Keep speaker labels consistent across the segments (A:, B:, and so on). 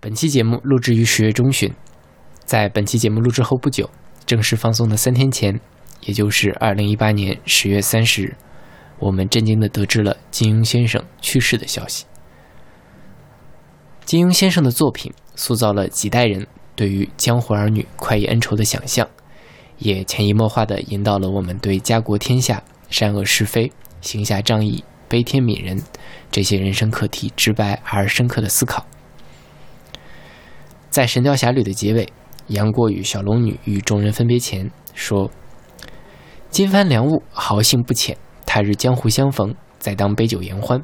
A: 本期节目录制于十月中旬，在本期节目录制后不久，正式放送的三天前，也就是二零一八年十月三十日，我们震惊地得知了金庸先生去世的消息。金庸先生的作品塑造了几代人对于江湖儿女快意恩仇的想象，也潜移默化地引导了我们对家国天下、善恶是非、行侠仗义、悲天悯人这些人生课题直白而深刻的思考。在《神雕侠侣》的结尾，杨过与小龙女与众人分别前说：“金帆良物，豪兴不浅。他日江湖相逢，再当杯酒言欢。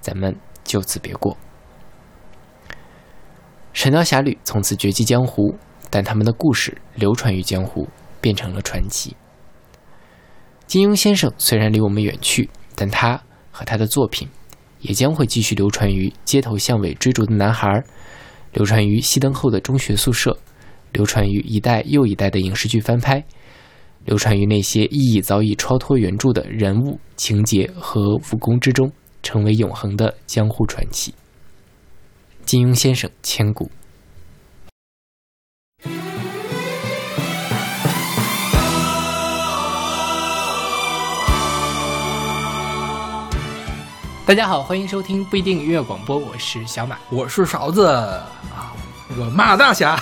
A: 咱们就此别过。”《神雕侠侣》从此绝迹江湖，但他们的故事流传于江湖，变成了传奇。金庸先生虽然离我们远去，但他和他的作品也将会继续流传于街头巷尾追逐的男孩儿，流传于熄灯后的中学宿舍，流传于一代又一代的影视剧翻拍，流传于那些意义早已超脱原著的人物情节和武功之中，成为永恒的江湖传奇。金庸先生千古。大家好，欢迎收听不一定音乐广播，我是小马。
B: 我是勺子啊，我骂大 侠，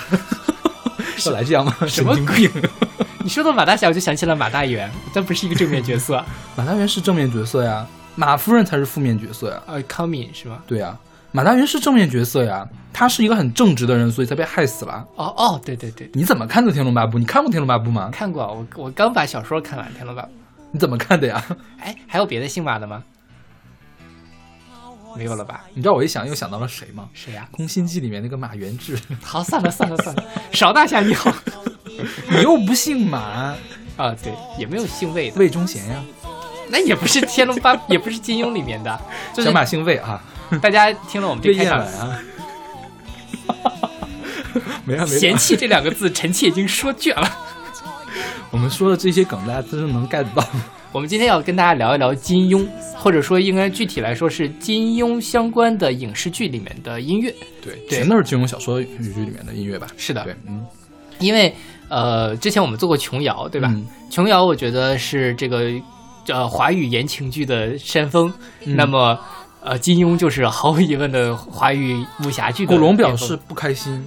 B: 后来这 样吗？
A: 什么
B: 神经病？
A: 你说到马大侠，我就想起了马大元，但不是一个正面角 色。
B: 马大元是正面角色呀，马夫人才是负面角色呀。
A: 呃，康敏是吗？
B: 对呀，马大元是正面角色呀，他是一个很正直的人，所以才被害死了。
A: 哦哦，对对对，
B: 你怎么看的《天龙八部》？你看过《天龙八部》吗？
A: 看过，我我刚把小说看完《天龙八部》。
B: 你怎么看的呀？
A: 哎，还有别的姓马的吗？没有了吧？
B: 你知道我一想又想到了谁吗？
A: 谁呀、
B: 《宫心计》里面那个马元志，
A: 好，算了算了算了，勺大侠 你好。
B: 你又不姓马，
A: 啊，对，也没有姓魏的，
B: 魏忠贤呀，
A: 那也不是《天龙八》， 也不是金庸里面的，就是
B: 小马姓魏啊，
A: 大家听了我们这
B: 魏
A: 开
B: 燕
A: 场
B: 兰， 啊。 没了没
A: 嫌
B: 了，
A: 弃这两个字，臣妾已经说倦了。
B: 我们说的这些梗，大家真的能 get 到吗。
A: 我们今天要跟大家聊一聊金庸，或者说应该具体来说是金庸相关的影视剧里面的音乐。
B: 对，
A: 对
B: 全都是金庸小说语句里面的音乐吧？
A: 是的
B: 对，嗯，
A: 因为呃，之前我们做过琼瑶，对吧？
B: 嗯
A: 琼瑶我觉得是这个呃华语言情剧的山峰，
B: 嗯
A: 那么呃金庸就是毫无疑问的华语武侠剧的
B: 古龙表
A: 巅峰
B: 示，不开心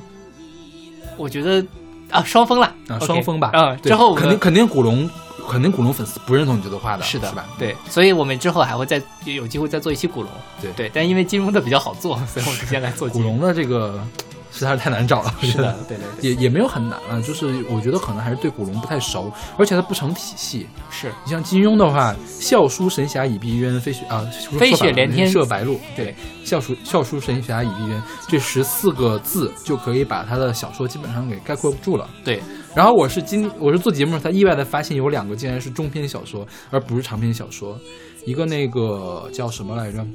A: 我觉得啊双峰啦
B: 啊，
A: OK
B: 双峰吧？
A: 嗯，
B: 对
A: 之后我
B: 肯
A: 们啊
B: 定肯定古龙，肯定古龙粉丝不认同你这段话的，
A: 是的，
B: 是吧？
A: 对，所以我们之后还会再有机会再做一期古龙。
B: 对
A: 对，但因为金庸的比较好做，所以我们先来做
B: 古
A: 金庸。
B: 龙的这个实在是太难找了，
A: 是
B: 真
A: 的，， 对对对，
B: 也也没有很难啊，就是我觉得可能还是对古龙不太熟，而且它不成体系。
A: 是
B: 你像金庸的话，笑书神侠以避冤，飞雪啊，说
A: 飞雪
B: 说白了
A: 连天
B: 射白鹿。
A: 对，
B: 笑书笑书神侠以避冤这十四个字就可以把他的小说基本上给概括住了。
A: 对，
B: 然后我是今我是做节目，才意外的发现有两个竟然是中篇小说，而不是长篇小说。一个那个叫什么来着，《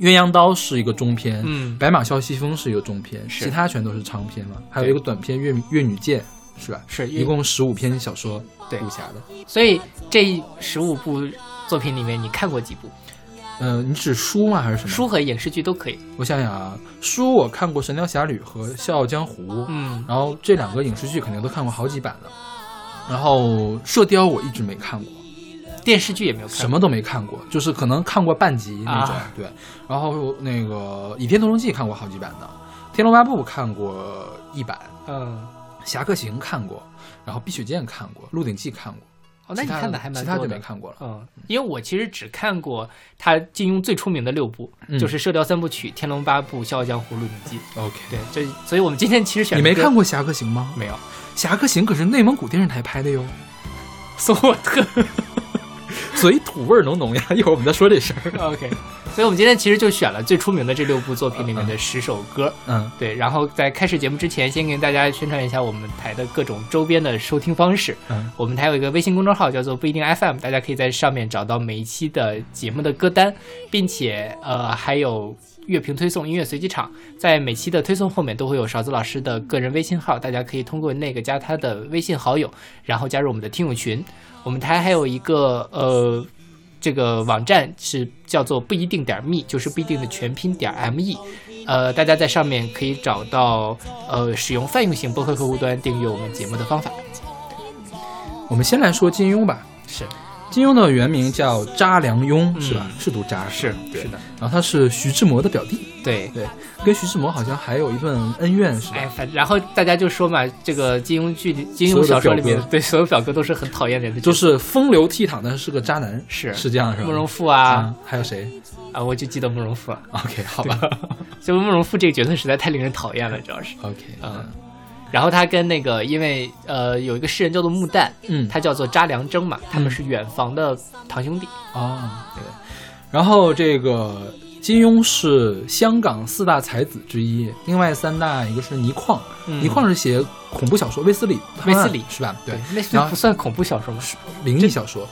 B: 鸳鸯刀》是一个中篇，
A: 嗯
B: 白马啸西风》是一个中篇，
A: 是
B: 其他全都是长篇嘛。还有一个短篇《越越女剑》，是吧？
A: 是
B: 一共十五篇小说，
A: 对
B: 武侠的。
A: 所以这十五部作品里面，你看过几部？
B: 呃，你指书吗？还是什么？
A: 书和影视剧都可以。
B: 我想想啊，书我看过《神雕侠侣》和《笑傲江湖》，
A: 嗯，
B: 然后这两个影视剧肯定都看过好几版了。然后《射雕》我一直没看过，
A: 电视剧也没有看过。
B: 什么都没看过，就是可能看过半集那种。
A: 啊
B: 对，然后那个《倚天屠龙记》看过好几版的，《天龙八部》看过一版，
A: 嗯，
B: 《侠客行》看过，然后《碧血剑》看过，《鹿鼎记》看过。
A: 哦，那你
B: 其他
A: 看的还蛮
B: 其他
A: 多
B: 就没
A: 的。
B: 看过了。
A: 嗯，因为我其实只看过他金庸最出名的六部，
B: 嗯
A: 就是《射雕三部曲》《天龙八部》《笑傲江湖》《鹿鼎记》。
B: OK，
A: 对，这所以我们今天其实选
B: 嗯你没
A: 歌
B: 看过《侠客行》吗？
A: 没有？
B: 《侠客行》可是内蒙古电视台拍的哟，
A: 所以我特
B: 所以土味儿浓浓呀。一会儿我们再说这事儿。
A: 哦 OK，所以我们今天其实就选了最出名的这六部作品里面的十首歌。
B: 嗯，
A: 对，然后在开始节目之前，先给大家宣传一下我们台的各种周边的收听方式。
B: 嗯，
A: 我们台有一个微信公众号叫做不一定 FM，大家可以在上面找到每一期的节目的歌单，并且呃还有乐评推送、音乐随机场，在每期的推送后面都会有勺子老师的个人微信号，大家可以通过那个加他的微信好友，然后加入我们的听友群。我们台还有一个呃。这个网站是叫做不一定点儿 me，就是不一定的全拼点儿 me，呃，大家在上面可以找到呃使用泛用型播客客户端订阅我们节目的方法。
B: 我们先来说金庸吧。
A: 是
B: 金庸的原名叫查良镛，是吧？
A: 嗯
B: 是读查，
A: 是
B: 对
A: 是的，
B: 然后他是徐志摩的表弟，
A: 对。
B: 对，跟徐志摩好像还有一段恩怨，是吧？
A: 哎，反然后大家就说嘛，这个金庸剧里、金
B: 所有
A: 庸
B: 的
A: 小说
B: 表
A: 里面
B: 哥
A: 对所有表哥都是很讨厌的人的角
B: 就
A: 色，
B: 是风流倜傥，但是是个渣男，
A: 是
B: 是这样是吧？
A: 慕容复啊
B: 啊，还有谁
A: 啊，我就记得慕容复，
B: ？OK，好吧
A: 就慕容复这个角色实在太令人讨厌了，主要是。
B: ，OK，
A: 嗯，然后他跟那个，因为呃，有一个诗人叫做穆旦，
B: 嗯，
A: 他叫做查良铮嘛，他们是远房的堂兄弟。
B: 哦，对。然后这个金庸是香港四大才子之一，另外三大一个是倪匡，
A: 嗯
B: 倪匡是写恐怖小嗯说《卫斯理》，
A: 卫斯理
B: 是吧？对
A: 对，，那算
B: 然后
A: 不算恐怖小说吗？是
B: 灵异小说，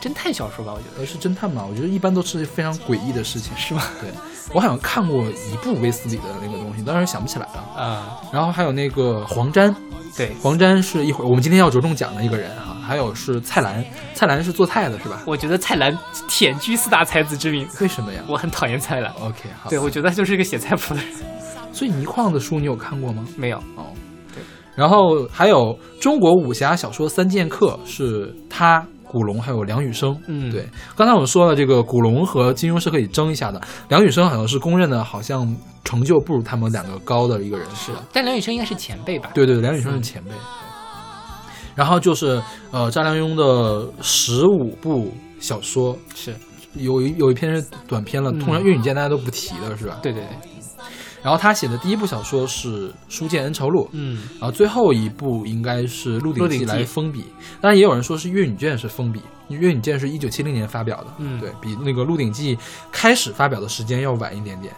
A: 侦探小说吧，我觉得。
B: 而是侦探嘛，我觉得一般都是非常诡异的事情，是吧？对，我好像看过一部《卫斯理》的那个东西，当时想不起来了。
A: 啊、
B: 然后还有那个黄沾，
A: 对，
B: 黄沾是一会儿我们今天要着重讲的一个人哈、还有是蔡澜，蔡澜是做菜的是吧？
A: 我觉得蔡澜舔居四大才子之名，
B: 为什么呀
A: 我很讨厌蔡澜。
B: ？OK，好。
A: 对，我觉得他就是一个写菜谱的人。
B: 所以倪匡的书你有看过吗？
A: 没有，
B: 哦，
A: 对。
B: 然后还有中国武侠小说三剑客是他、古龙还有梁羽生。
A: 嗯
B: 对。刚才我说了，这个古龙和金庸是可以争一下的，梁羽生好像是公认的，好像成就不如他们两个高的一个人，是吧？
A: 但梁羽生应该是前辈吧？
B: 对对，对梁羽生是前
A: 嗯
B: 辈。然后就是呃，查良镛的十五部小说，
A: 是，
B: 有一有一篇是短篇
A: 嗯
B: 了，通常粤语界大家都不提的是吧？
A: 对对对，
B: 然后他写的第一部小说是《书剑恩仇录》，
A: 嗯，
B: 然后最后一部应该是《鹿鼎
A: 鹿鼎
B: 记
A: 记》
B: 来封笔，当然也有人说是《越女剑》是封笔，《越女剑》是一九七零年发表的，
A: 嗯
B: 对比那个《鹿鼎记》开始发表的时间要晚一点点。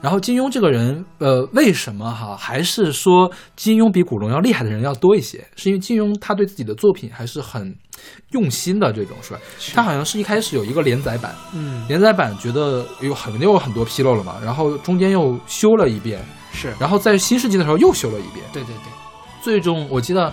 B: 然后金庸这个人，呃，为什么哈还是说金庸比古龙要厉害的人要多一些？是因为金庸他对自己的作品还是很用心的这种，是吧？他好像是一开始有一个连载版，
A: 嗯
B: 连载版觉得有很又有很多纰漏了嘛，然后中间又修了一遍，
A: 是，
B: 然后在新世纪的时候又修了一遍，
A: 对对对，
B: 最终我记得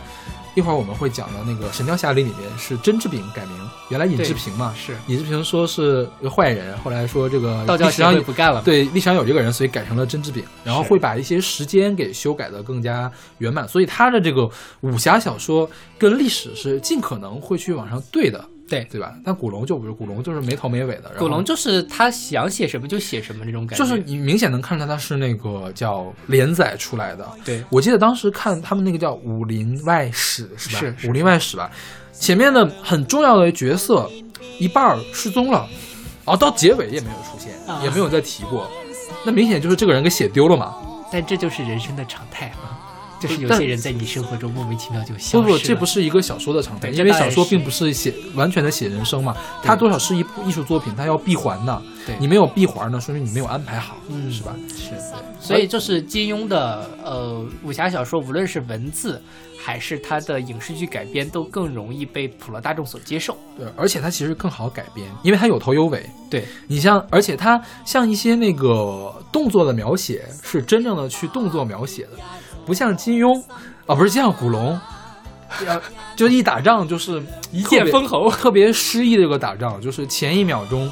B: 一会儿我们会讲到那个《神雕侠侣》里面是甄志丙改名，原来尹志平嘛，
A: 是
B: 尹志平说是个坏人，后来说这个
A: 道
B: 历
A: 教
B: 史
A: 协
B: 上
A: 会
B: 有
A: 不干了。
B: 对历史上有这个人，所以改成了甄志丙，然后会把一些时间给修改的更加圆满，所以他的这个武侠小说跟历史是尽可能会去往上对的。
A: 对
B: 对吧？但古龙就不是，古龙就是没头没尾的。然后
A: 古龙就是他想写什么就写什么那种感觉，
B: 就是你明显能看出他是那个叫连载出来的，
A: 对
B: 我记得当时看他们那个叫《武林外史》是吧？
A: 是是
B: 武林外史》吧。前面的很重要的角色一半儿失踪了，然后到结尾也没有出现，
A: 啊
B: 也没有再提过。那明显就是这个人给写丢了嘛？
A: 但这就是人生的常态啊，就是有
B: 呃但
A: 些人在你生活中莫名其妙就消失
B: 不
A: 了。
B: 不，这不是一个小说的常态，
A: 对
B: 因为
A: 这当
B: 小
A: 然
B: 说
A: 是
B: 并不是写完全的写人生嘛，它
A: 对
B: 多少是一部艺术作品，它要闭环的。
A: 对
B: 你没有闭环呢，说明你没有安排好，
A: 嗯
B: 是吧？
A: 是，所
B: 哎
A: 以就是金庸的呃武侠小说，无论是文字还是他的影视剧改编，都更容易被普罗大众所接受。
B: 对，而且它其实更好改编，因为它有头有尾。
A: 对，
B: 你像，而且它像一些那个动作的描写，是真正的去动作描写的，不像金庸啊，不是像古龙，呃就一打仗就是一
A: 剑封喉。
B: 特别诗意的一个打仗，就是前一秒钟，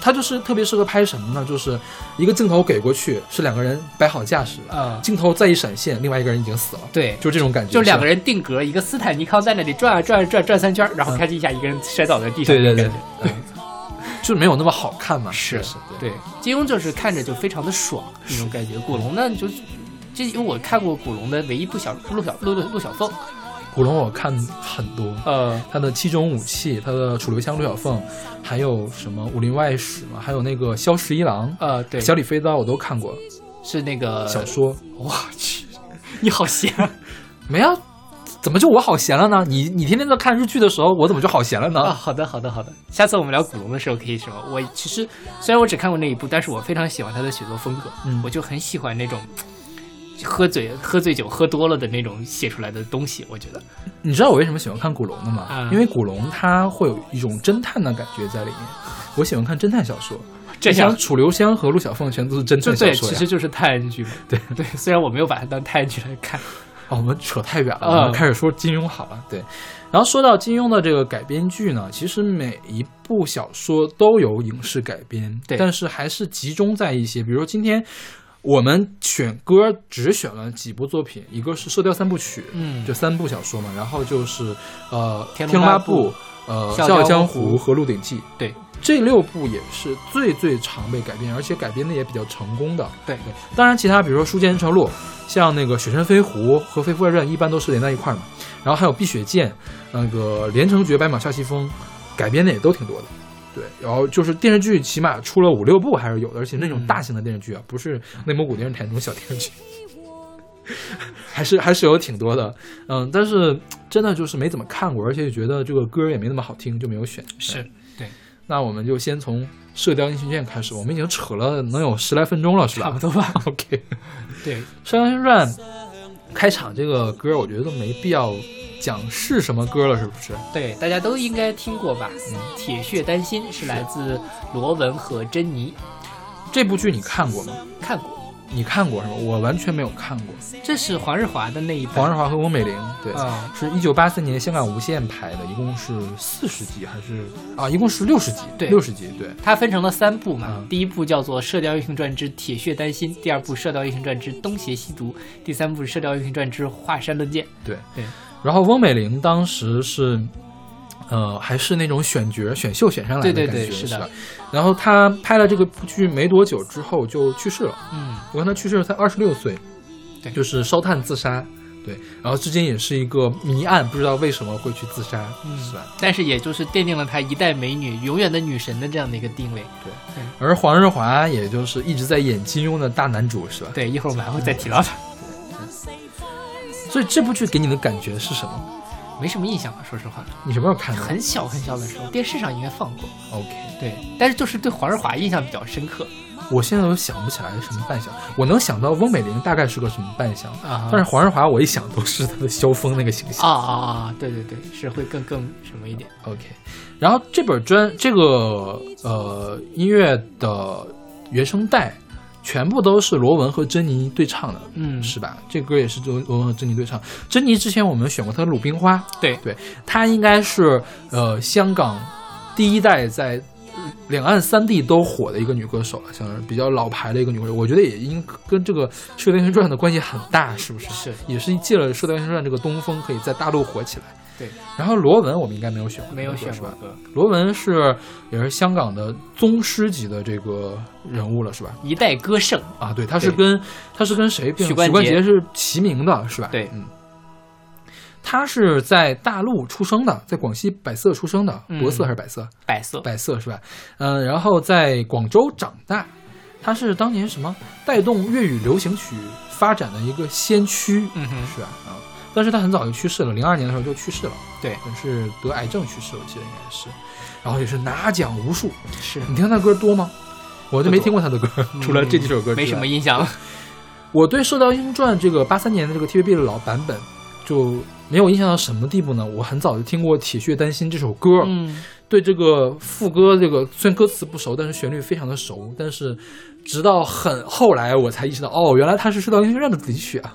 B: 它就是特别适合拍什么呢？就是一个镜头给过去，是两个人摆好架势了，
A: 嗯，
B: 镜头再一闪现，另外一个人已经死了，
A: 对，
B: 就这种感觉，
A: 就两个
B: 人。
A: 人定格，一个斯坦尼康在那里转啊转啊转啊转三圈，然后咔叽一下，一个人摔倒在地上。
B: 对对
A: 那
B: 对
A: 种感觉，
B: 对，就没有那么好看嘛。
A: 是
B: 是，
A: 对，金庸就是看着就非常的爽那种感觉。古龙呢，就是这因为我看过古龙的唯一部小陆小陆陆小凤，
B: 古龙我看很多，
A: 呃，
B: 他的七种武器，他的楚留香、陆小凤，还有什么《武林外史》嘛，还有那个萧十一郎、
A: 呃，对，
B: 小李飞刀，我都看过。
A: 是那个
B: 小说
A: 我去，你好闲啊！
B: 没啊？怎么就我好闲了呢？你你天天在看日剧的时候，我怎么就好闲了呢？
A: 啊好的，好的，好的。下次我们聊古龙的时候可以什么？我其实虽然我只看过那一部，但是我非常喜欢他的写作风格，
B: 嗯
A: 我就很喜欢那种喝醉喝醉酒喝多了的那种写出来的东西。我觉得
B: 你知道我为什么喜欢看古龙的吗？
A: 啊
B: 因为古龙他会有一种侦探的感觉在里面。我喜欢看侦探小说，
A: 这
B: 像
A: 样
B: 楚留香和陆小凤全都是侦
A: 就
B: 探
A: 对，
B: 小说
A: 其
B: 呀。
A: 实就是探案剧嘛。
B: 对
A: 对，虽然我没有把它当探案剧来看，
B: 哦，我们扯太远了，
A: 嗯
B: 我们开始说金庸好了。对，然后说到金庸的这个改编剧呢，其实每一部小说都有影视改编，
A: 对
B: 但是还是集中在一些，比如说今天。我们选歌只选了几部作品，一个是《射雕三部曲》，
A: 嗯
B: 就三部小说嘛，然后就是呃《
A: 天
B: 龙
A: 龙
B: 八
A: 八
B: 部
A: 部》、
B: 呃《
A: 笑
B: 笑傲
A: 傲江
B: 江
A: 湖
B: 湖》和《鹿鼎记》。
A: 对
B: 这六部也是最最常被改编，而且改编的也比较成功的。
A: 对
B: 对，当然其他比如说《书剑恩仇录》，像那个《雪山飞狐》和《飞狐外传》一般都是连在一块儿嘛。然后还有《碧血剑》，那个《连城诀》《白马啸西风》，改编的也都挺多的。对，然后就是电视剧，起码出了五六部还是有的，而且那种大型的电视剧啊，不是内蒙古电视台那种小电视剧， 还是还是有挺多的。嗯，但是真的就是没怎么看过，而且觉得这个歌也没那么好听，就没有选。
A: 是对，
B: 那我们就先从《射雕英雄传》开始，我们已经扯了能有十来分钟了，是吧？
A: 差不多吧。
B: OK，
A: 对，
B: 《射雕英雄传》开场这个歌，我觉得都没必要讲是什么歌了，是不是？
A: 对，大家都应该听过吧？
B: 嗯
A: 铁血丹心》是来自罗文和珍妮，
B: 这部剧你看过吗？
A: 看过，
B: 你看过是吗？我完全没有看过。
A: 这是黄日华的那一版。
B: 黄日华和翁美玲，对，
A: 啊
B: 是一九八四年香港无线拍的，一共是四十集还是啊？一共是六十集，
A: 对
B: 六十集，对。
A: 它分成了三部嘛，
B: 嗯
A: 第一部叫做《射雕英雄传之铁血丹心》，第二部《射雕英雄传之东邪西毒》，第三部《射雕英雄传之华山论剑》。
B: 对
A: 对。
B: 然后翁美玲当时是，呃，还是那种选角、选秀选上来的
A: 对对
B: 感觉
A: 对是的
B: 吧然后她拍了这个部剧没多久之后就去世了，
A: 嗯，
B: 我看她去世才二十六岁，
A: 对
B: 就是烧炭自杀。对，然后至今也是一个谜案，不知道为什么会去自杀，
A: 嗯
B: 是吧？
A: 但是也就是奠定了她一代美女、永远的女神的这样的一个定位。
B: 而黄日华也就是一直在演金庸的大男主，是吧？
A: 对，一会儿我们还会再提到她。
B: 所以这部剧给你的感觉是什么？
A: 嗯没什么印象了，说实话，
B: 你什么时候看的
A: 很小很小的时候，电视上应该放过。
B: ？OK，
A: 对，但是就是对黄日华印象比较深刻
B: 我现在都想不起来什么扮相，我能想到翁美玲大概是个什么扮相，
A: 啊。
B: 但是黄日华，我一想都是他的萧峰那个形象。
A: 啊啊啊！对对对，是会更更什么一点。
B: OK，然后这本专这个呃音乐的原声带，全部都是罗文和珍妮对唱的，
A: 嗯，
B: 是吧？这歌也是罗罗文和珍妮对唱。珍妮之前我们选过她的《鲁冰花》，
A: 对
B: 对，她应该是呃香港第一代在。呃两岸三地都火的一个女歌手了，像是比较老牌的一个女歌手，我觉得也应跟这个《射雕英雄传》的关系很大，是不是？
A: 是
B: 也是借了《射雕英雄传》这个东风，可以在大陆火起来。
A: 对，
B: 然后罗文我们应该没有选过，
A: 没有选
B: 是
A: 过
B: 吧？
A: 歌，
B: 罗文是也是香港的宗师级的这个人物了，是吧？
A: 一代歌圣。
B: 啊，对，他是
A: 对
B: 跟他是跟谁并？
A: 许冠
B: 许冠
A: 杰
B: 杰是齐名的，是吧？
A: 对
B: 嗯。他是在大陆出生的，在广西百色出生的，
A: 嗯
B: 博色还是百色？
A: 百色，
B: 百色是吧？嗯、然后在广州长大，他是当年什么带动粤语流行曲发展的一个先驱，
A: 嗯哼，
B: 是吧？啊，但是他很早就去世了，零二年的时候就去世了，
A: 对，
B: 是得癌症去世，我记得应该是，然后也是拿奖无数。
A: 是
B: 你听他歌多吗？我就没听过他的歌，除了这几首歌之外，
A: 嗯没什么印象了。
B: 我对《射雕英雄传》这个八三年的这个 TVB 的老版本就没有印象到什么地步呢？我很早就听过《铁血丹心》这首歌，
A: 嗯，
B: 对这个副歌这个虽然歌词不熟，但是旋律非常的熟，但是直到很后来我才意识到，哦，原来他是《射雕英雄传》的主题曲啊！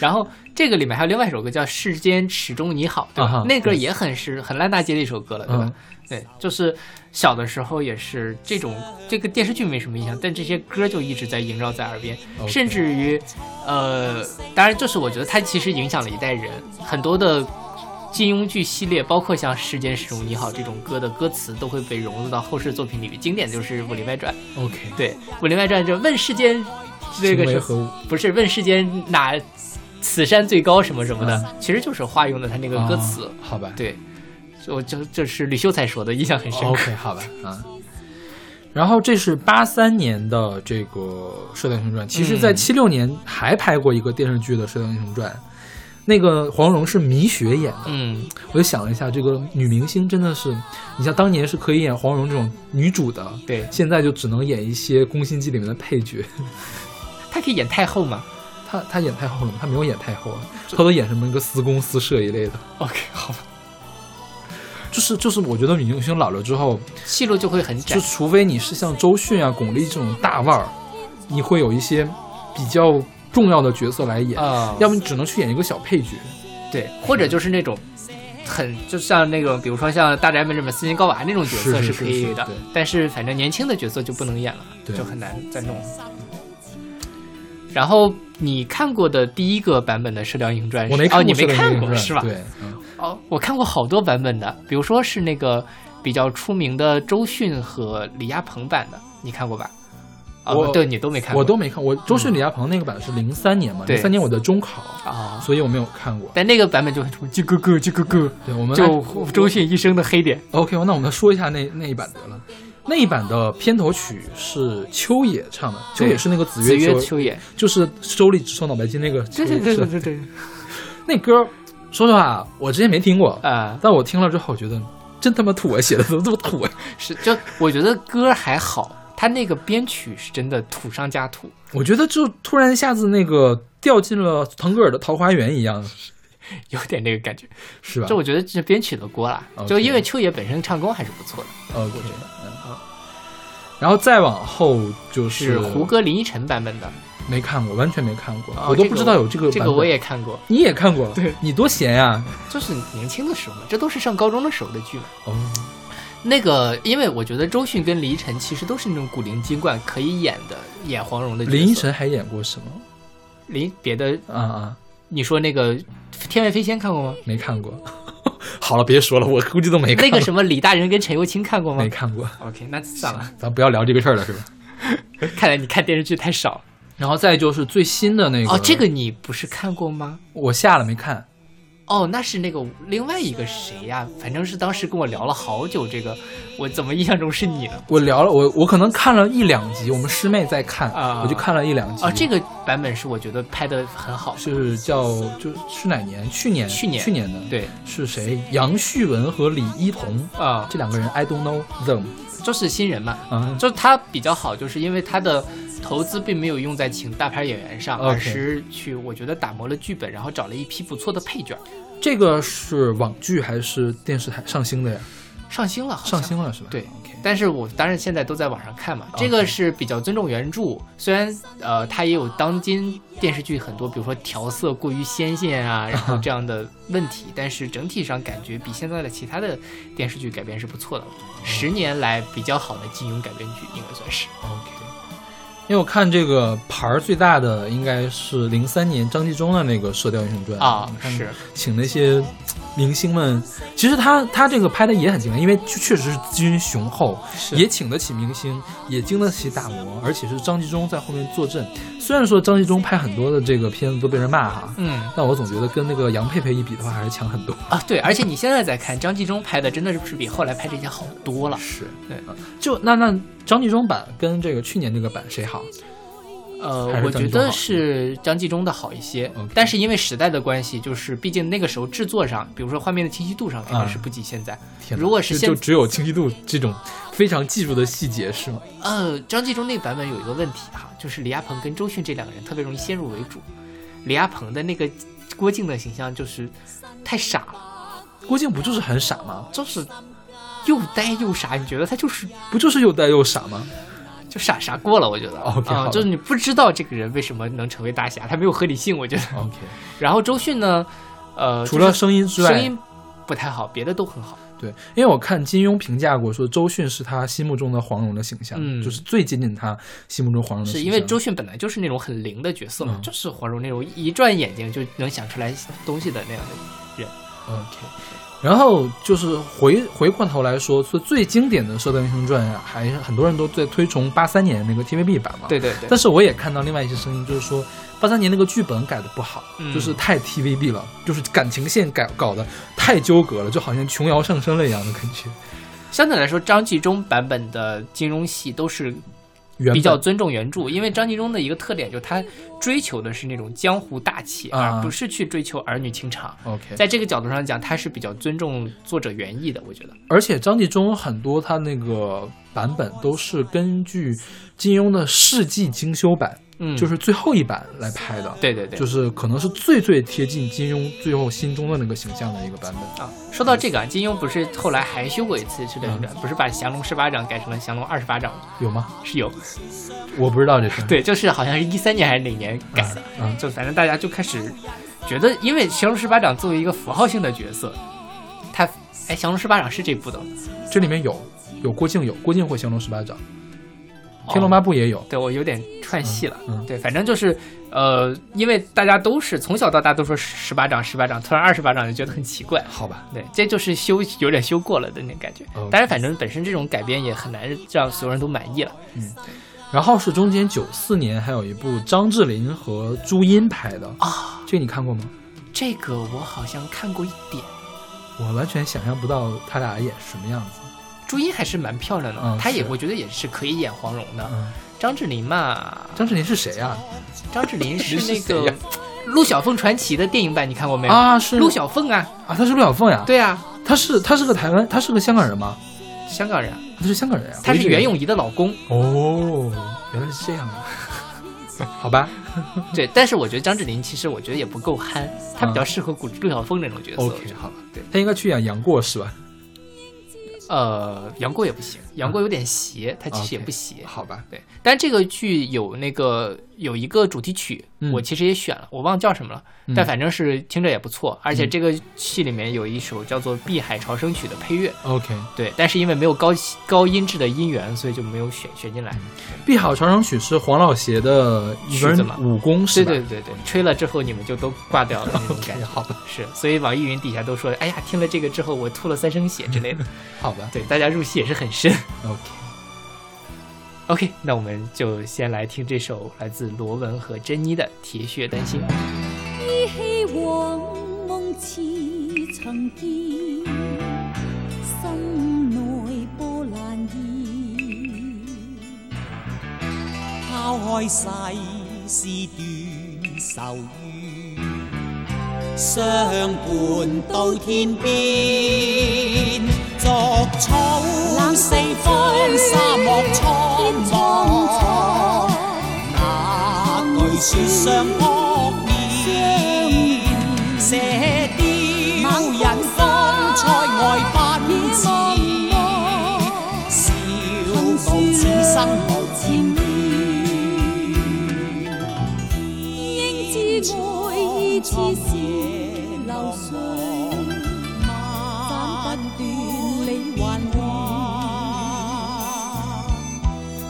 A: 然后这个里面还有另外一首歌叫《世间始终你好》，对吧？
B: 啊哈
A: 那歌也很是很烂大街的一首歌了，对吧？
B: 嗯
A: 对，就是小的时候也是这种，这个电视剧没什么印象，但这些歌就一直在萦绕在耳边，
B: OK
A: 嗯甚至于，呃，当然就是我觉得它其实影响了一代人，很多的。金庸剧系列，包括像《世间始终你好》这种歌的歌词，都会被融入到后世作品里面。经典就是《武林外传》，
B: OK，
A: 对，《武林外传》就问世间这个
B: 行为
A: 是
B: 和
A: 不是问世间哪此山最高什么什么的，其实就是化用的他那个歌词。
B: 啊好吧？
A: 对，我就这是吕秀才说的，印象很深刻。
B: OK，好吧啊。然后这是八三年的这个《射雕英雄传》，其实在
A: 嗯
B: 七六年还拍过一个电视剧的《射雕英雄传》，那个黄蓉是米雪演的。
A: 嗯，
B: 我就想了一下，这个女明星真的是，你像当年是可以演黄蓉这种女主的，
A: 对，
B: 现在就只能演一些《宫心计》里面的配角。
A: 他可以演太后嘛
B: 她她演太后了吗？她没有演太后啊，她都演什么一个司公司社一类的。
A: ？OK，好吧，
B: 就是就是，我觉得女明星老了之后，
A: 戏路就会很窄
B: 就。除非你是像周迅啊、巩俐这种大腕儿，你会有一些比较重要的角色来演，
A: 啊
B: 要么你只能去演一个小配角。
A: 对，或者就是那种很就像那种，比如说像《大宅门》里面斯琴高娃那种角色
B: 是是
A: 可以的
B: 是是对，
A: 但是反正年轻的角色就不能演了，
B: 对
A: 就很难再弄。然后你看过的第一个版本的《射雕英雄传》是，
B: 我没看
A: 哦，你
B: 过
A: 没
B: 射雕
A: 看
B: 英雄
A: 过
B: 传
A: 是吧？
B: 对，嗯
A: 哦，我看过好多版本的，比如说是那个比较出名的周迅和李亚鹏版的，你看过吧？啊、
B: 我
A: 对你都没看过，
B: 我都没看。我周迅、李亚鹏那个版是零三年嘛，
A: 对
B: 零三年我的中考，
A: 啊、
B: 所以我没有看过。
A: 但那个版本就很出名，叽咯咯，叽咯咯，
B: 对，我们
A: 就周迅一生的黑点。
B: OK，那我们说一下那那一版得了。那一版的片头曲是秋野唱的，秋
A: 对
B: 野是那个子
A: 子
B: 曰
A: 曰
B: 秋，
A: 秋野，
B: 就是手里只剩脑白金那个秋
A: 对
B: 野。
A: 对对
B: 是
A: 对
B: 吧
A: 对对，
B: 那歌，说实话，我之前没听过，
A: 啊、
B: 但我听了之后，我觉得真他妈土啊，写的怎么这么土啊？
A: 是就我觉得歌还好，他那个编曲是真的土上加土，
B: 我觉得就突然一下子那个掉进了腾格尔的《桃花源》一样，
A: 有点那个感觉。
B: 是吧
A: 这？我觉得这是编曲的锅啦，
B: OK
A: 就因为秋野本身唱功还是不错的，
B: 呃，我觉得，嗯。然后再往后就是
A: 胡歌、林依晨版本的，
B: 没看过，完全没看过，
A: 哦
B: 我都不知道有这个
A: 这
B: 版
A: 个
B: 本
A: 我也看过。
B: 你也看过，
A: 对
B: 你多闲呀、
A: 就是年轻的时候嘛，这都是上高中的时候的剧嘛。
B: 哦，
A: 那个，因为我觉得周迅跟林依晨其实都是那种古灵精怪可以演的，演黄蓉的角色。
B: 林依晨还演过什么？
A: 林别的，
B: 啊啊，
A: 你说那个《天外飞仙》看过吗？
B: 没看过。 好了，别说了，我估计都没看
A: 那
B: 过，
A: 个什么李大人跟陈又青看过吗
B: 没看过。
A: ？OK，那算了，
B: 咱不要聊这个事儿了，是吧？
A: 看来你看电视剧太少。
B: 然后再就是最新的那个
A: 哦，这个你不是看过吗？
B: 我下了没看，
A: 哦，那是那个另外一个谁呀、反正是当时跟我聊了好久，这个我怎么印象中是你呢？
B: 我聊了，我我可能看了一两集，我们师妹在看，
A: 啊
B: 我就看了一两集。
A: 哦，这个版本是我觉得拍的很好，
B: 是叫就是哪年？去年，
A: 去年
B: 去年的，，
A: 对，
B: 是谁？杨旭文和李一桐
A: 啊、
B: 这两个人，I don't know them
A: 就是新人嘛，
B: 啊。
A: 就是他比较好，就是因为他的投资并没有用在请大牌演员上，
B: OK
A: 而是去我觉得打磨了剧本，然后找了一批不错的配角，
B: 这个是网剧还是电视台上星的呀？
A: 上星了，好像
B: 上星了是吧？
A: 对
B: ，OK。
A: 但是我当然现在都在网上看嘛，
B: OK
A: 这个是比较尊重原著，虽然呃，它也有当今电视剧很多，比如说调色过于鲜艳 啊，然后这样的问题，但是整体上感觉比现在的其他的电视剧改编是不错的了，十年来比较好的金庸改编剧应该算是。
B: OK，因为我看这个牌儿最大的应该是零三年张纪中的那个《射雕英雄传》
A: 啊
B: 嗯你看
A: 是
B: 请那些嘖明星们，其实他他这个拍的也很精良，因为确确实是资金雄厚，
A: 是
B: 也请得起明星，也经得起打磨，而且是张纪中在后面坐镇。虽然说张纪中拍很多的这个片子都被人骂哈，
A: 嗯
B: 但我总觉得跟那个杨佩佩一比的话，还是强很多。
A: 啊，对，而且你现在再看张纪中拍的，真的是比后来拍这些好多了。
B: 是
A: 对，
B: 就那那张纪中版跟这个去年这个版谁好？
A: 呃
B: 还，是
A: 我
B: 张
A: 觉
B: 纪中
A: 得
B: 好
A: 是张纪中的好一些
B: OK，
A: 但是因为时代的关系，就是毕竟那个时候制作上，比如说画面的清晰度上，肯定
B: 嗯
A: 是不及现在。
B: 天哪
A: 如果是
B: 就
A: 现
B: 就只有清晰度这种非常技术的细节是吗？
A: 呃，张纪中那个版本有一个问题哈，就是李亚鹏跟周迅这两个人特别容易先入为主。李亚鹏的那个郭靖的形象就是太傻了，
B: 郭靖不就是很傻吗？
A: 就是又呆又傻，你觉得他就是
B: 不就是又呆又傻吗？
A: 就傻傻过了，我觉得
B: OK，
A: 啊、
B: 好的
A: 就是你不知道这个人为什么能成为大侠，他没有合理性，我觉得。
B: OK，
A: 然后周迅呢，呃，
B: 除了
A: 就是
B: 声音之外，
A: 声音不太好，别的都很好。
B: 对，因为我看金庸评价过，说周迅是他心目中的黄蓉的形象，
A: 嗯
B: 就是最接近他心目中黄蓉的形
A: 是因
B: 象。
A: 为周迅本来就是那种很灵的角色嘛，
B: 嗯
A: 就是黄蓉那种一转眼睛就能想出来东西的那样的。
B: 嗯 OK，然后就是回回过头来说，说最经典的《射雕英雄传》啊，还是很多人都在推崇八三年那个 TVB 版嘛。
A: 对对对，
B: 但是我也看到另外一些声音，就是说八三年那个剧本改的不好，
A: 嗯
B: 就是太 TVB 了，就是感情线改搞的太纠葛了，就好像琼瑶上身了一样的感觉。
A: 相对来说，张纪中版本的金庸戏都是
B: 原
A: 比较
B: 本
A: 尊重原著，因为张纪中的一个特点就是他追求的是那种江湖大气，
B: 啊
A: 而不是去追求儿女情长。
B: OK，
A: 在这个角度上讲，他是比较尊重作者原意的，我觉得。
B: 而且张纪中很多他那个版本都是根据金庸的世纪精修版，
A: 嗯，
B: 就是最后一版来拍的。
A: 对对对，
B: 就是可能是最最贴近金庸最后心中的那个形象的一个版本。
A: 啊，说到这个，啊，金庸不是后来还修过一次《射雕英雄传》，不是把降龙十八掌改成了降龙二十八掌吗？
B: 有吗？
A: 是有，
B: 我不知道这事。，
A: 对，就是好像是一三年还是哪年改的，
B: 嗯嗯
A: 就反正大家就开始觉得，因为降龙十八掌作为一个符号性的角色，他哎，降龙十八掌是这部的吗，
B: 这里面有有郭靖有郭靖会降龙十八掌， 《天龙八部》也有。
A: 哦对我有点串戏了。
B: 嗯嗯
A: 对，反正就是呃，因为大家都是从小到大都说十八掌十八掌，突然二十八掌就觉得很奇怪。
B: 好吧，
A: 对，这就是修有点修过了的那种感觉。
B: OK
A: 当然，反正本身这种改编也很难让所有人都满意了。
B: 然后是中间九四年还有一部张智霖和朱茵拍的啊，这个你看过吗？
A: 这个我好像看过一点，
B: 我完全想象不到他俩演什么样子。
A: 朱茵还是蛮漂亮的，
B: 嗯
A: 她也
B: 是
A: 我觉得也是可以演黄蓉的。
B: 嗯，
A: 张智霖 嘛，
B: 张智霖是谁啊？
A: 张智霖是
B: 你是
A: 那
B: 谁
A: 个
B: 呀
A: 《陆小凤传奇》的电影版，你看过没有？
B: 啊，是
A: 陆小凤啊，
B: 啊，他是陆小凤呀。，
A: 对啊，
B: 他是他是个台湾，他是个香港人吗？
A: 香港人啊，
B: 他是香港人呀。
A: 他
B: 我一
A: 是
B: 直
A: 袁咏仪的老公。
B: 哦，原来是这样啊。 好吧
A: 对，但是我觉得张智霖其实我觉得也不够憨，他比较适合古陆小凤那种角色。我觉
B: 啊，OK，
A: 得
B: 好吧， 对他应该去演杨过是吧？
A: 呃，杨过也不行，杨过有点邪，他其实也
B: OK，
A: 不邪。
B: 好吧，
A: 对，但这个剧有那个有一个主题曲，
B: 嗯
A: 我其实也选了，我忘叫什么了，
B: 嗯
A: 但反正是听着也不错。而且
B: 嗯
A: 这个戏里面有一首叫做《碧海潮生曲》的配乐，
B: OK，《
A: 对，但是因为没有高高音质的音源，所以就没有选选进来。
B: 嗯碧海潮生曲》是黄老邪的一个
A: 曲子
B: 人
A: 嘛
B: 武功是
A: 对
B: 吧？嗯
A: 对对对，吹了之后你们就都挂掉了那种感
B: OK，
A: 觉。
B: 好吧，
A: 是，所以网易云底下都说，哎呀，听了这个之后我吐了三升血之类的。
B: 好吧
A: 对，大家入戏也是很 深。
B: ，OK。
A: OK，那我们就先来听这首来自罗文和珍妮的《铁血丹心》。
C: 依稀往梦似曾见，心内波澜现。
D: 抛开世事断愁怨，相伴到天边。作草
C: 冷
D: 四
C: 四
D: 方，沙漠
C: 天
D: 苍
C: 苍
D: 茫。
C: 苍，
D: 那句说相扑面，射雕人方塞外奔
C: 野
D: 驰，
C: 茫茫，
D: 笑傲此生无
C: 前
D: 战
C: 面。英之外，依次是流水。斬不斷你還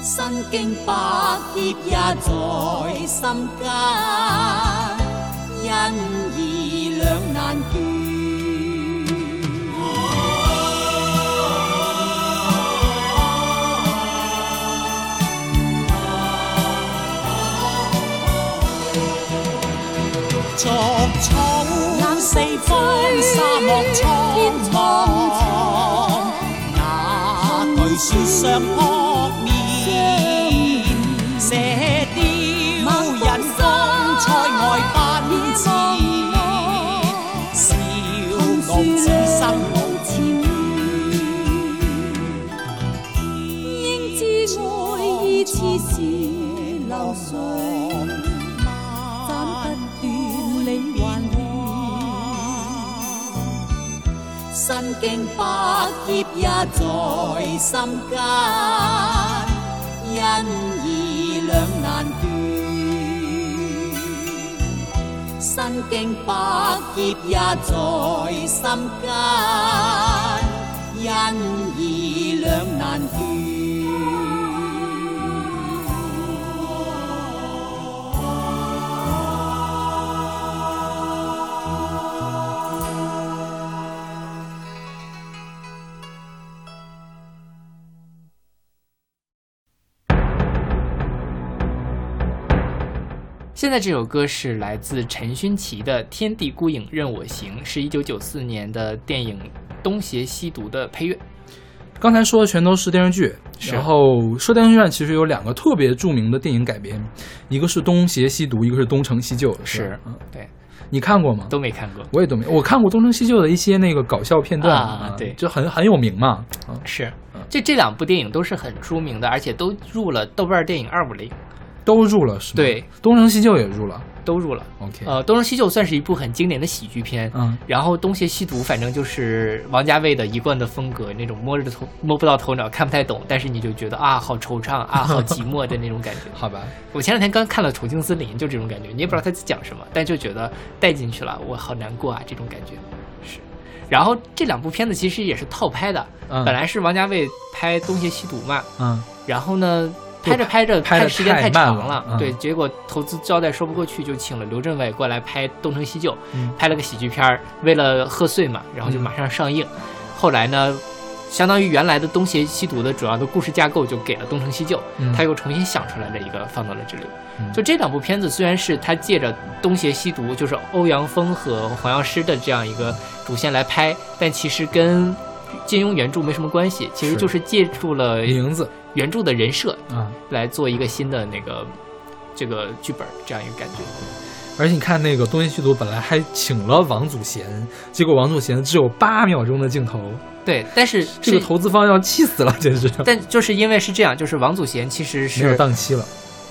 C: 身經百劫也在心間，因而兩難斷。
D: 作草四方，沙漠
C: 天
D: 蒼
C: 蒼蒼。
D: 茫。那句说相扑面，射雕人方塞外奔驰，笑傲此生無
C: 前应知愛意似是流水，斬不斷你還亂。身經百劫也在心間，因而兩難斷。身經百劫也在心間，因而兩難斷。
A: 现在这首歌是来自陈勋奇的《天地孤影任我行》，是一九九四年的电影《东邪西毒》的配乐。
B: 刚才说的全都是电视剧，
A: 是
B: 然后《射雕英雄传》其实有两个特别著名的电影改编，一个是《东邪西毒》，一个是《东成西就》是吧，嗯
A: 对，
B: 你看过吗？
A: 都没看过。
B: 我也都没，我看过《东成西就》的一些那个搞笑片段
A: 啊对
B: 就很很有名嘛，啊，
A: 是，这这两部电影都是很出名的，而且都入了豆瓣电影二五零，
B: 都入了是吗？
A: 对
B: 《东成西就》也入了
A: 都入了。
B: ，OK，
A: 呃，《东成西就》算是一部很经典的喜剧片，
B: 嗯
A: 然后《东邪西毒》反正就是王家卫的一贯的风格，那种摸着头摸不到头脑，看不太懂，但是你就觉得啊，好惆怅啊，好寂寞的那种感 觉。
B: 好吧，
A: 我前两天刚看了《重庆森林》，就这种感觉，你也不知道他在讲什么，但就觉得带进去了，我好难过啊，这种感觉是。然后这两部片子其实也是套拍的，
B: 嗯
A: 本来是王家卫拍《东邪西毒》嘛，
B: 嗯
A: 然后呢，拍着拍着
B: 拍得
A: 的时间
B: 太
A: 太
B: 慢
A: 长
B: 了嗯
A: 对，结果投资交代说不过去，就请了刘镇伟过来拍《东成西就》
B: 嗯，
A: 拍了个喜剧片儿，为了贺岁嘛，然后就
B: 嗯
A: 马上上映。后来呢，相当于原来的《东邪西毒》的主要的故事架构就给了《东成西就》
B: 嗯，
A: 他又重新想出来了一个放到了这里。
B: 嗯
A: 就这两部片子虽然是他借着《东邪西毒》，就是欧阳锋和黄药师的这样一个主线来拍，但其实跟金庸原著没什么关系，其实
B: 是
A: 就是借助了
B: 名字
A: 原著的人设
B: 啊，
A: 来做一个新的那个这个剧本这样一个感觉。
B: 而且你看那个东邪西毒本来还请了王祖贤，结果王祖贤只有八秒钟的镜头，
A: 对，但是
B: 这个，投资方要气死了，简直
A: 但就是因为是这样，就是王祖贤其实
B: 没有嗯
A: 是
B: 档期了。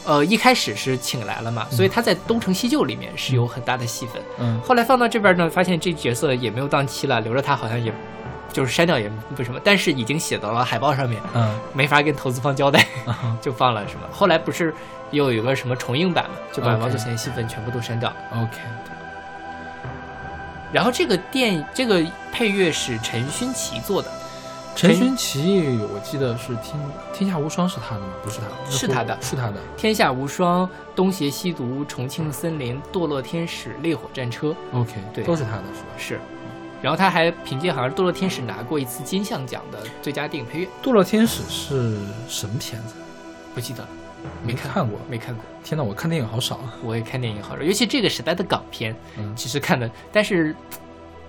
A: 呃一开始是请来了嘛，所以他在《东成西就》里面是有很大的戏份。
B: 嗯
A: 后来放到这边呢，发现这角色也没有档期了，留着他好像也就是删掉也不什么，但是已经写到了海报上面，
B: 嗯
A: 没法跟投资方交 代，
B: 啊
A: 就放了什么。后来不是又有一个什么重映版嘛，就把
B: OK
A: 王祖贤的戏份全部都删掉。
B: ，OK，
A: 然后这个电这个配乐是陈勋奇做的，
B: 陈勋奇，我记得是天天下无双是他的吗？不是他的，
A: 是他的
B: 是他的。
A: 《天下无双》《东邪西毒》《重庆森林》《堕落天使》《烈火战车》
B: OK，
A: 对
B: 都是他的，是吧？
A: 是。然后他还凭借好像《堕落天使》拿过一次金像奖的最佳电影配乐，
B: 《堕落天使》是什么片子？
A: 不记得了，
B: 没
A: 没
B: 看过。
A: 没看过。
B: 天哪，我看电影好少啊！
A: 我也看电影好少，尤其这个时代的港片，
B: 嗯
A: 其实看的，但是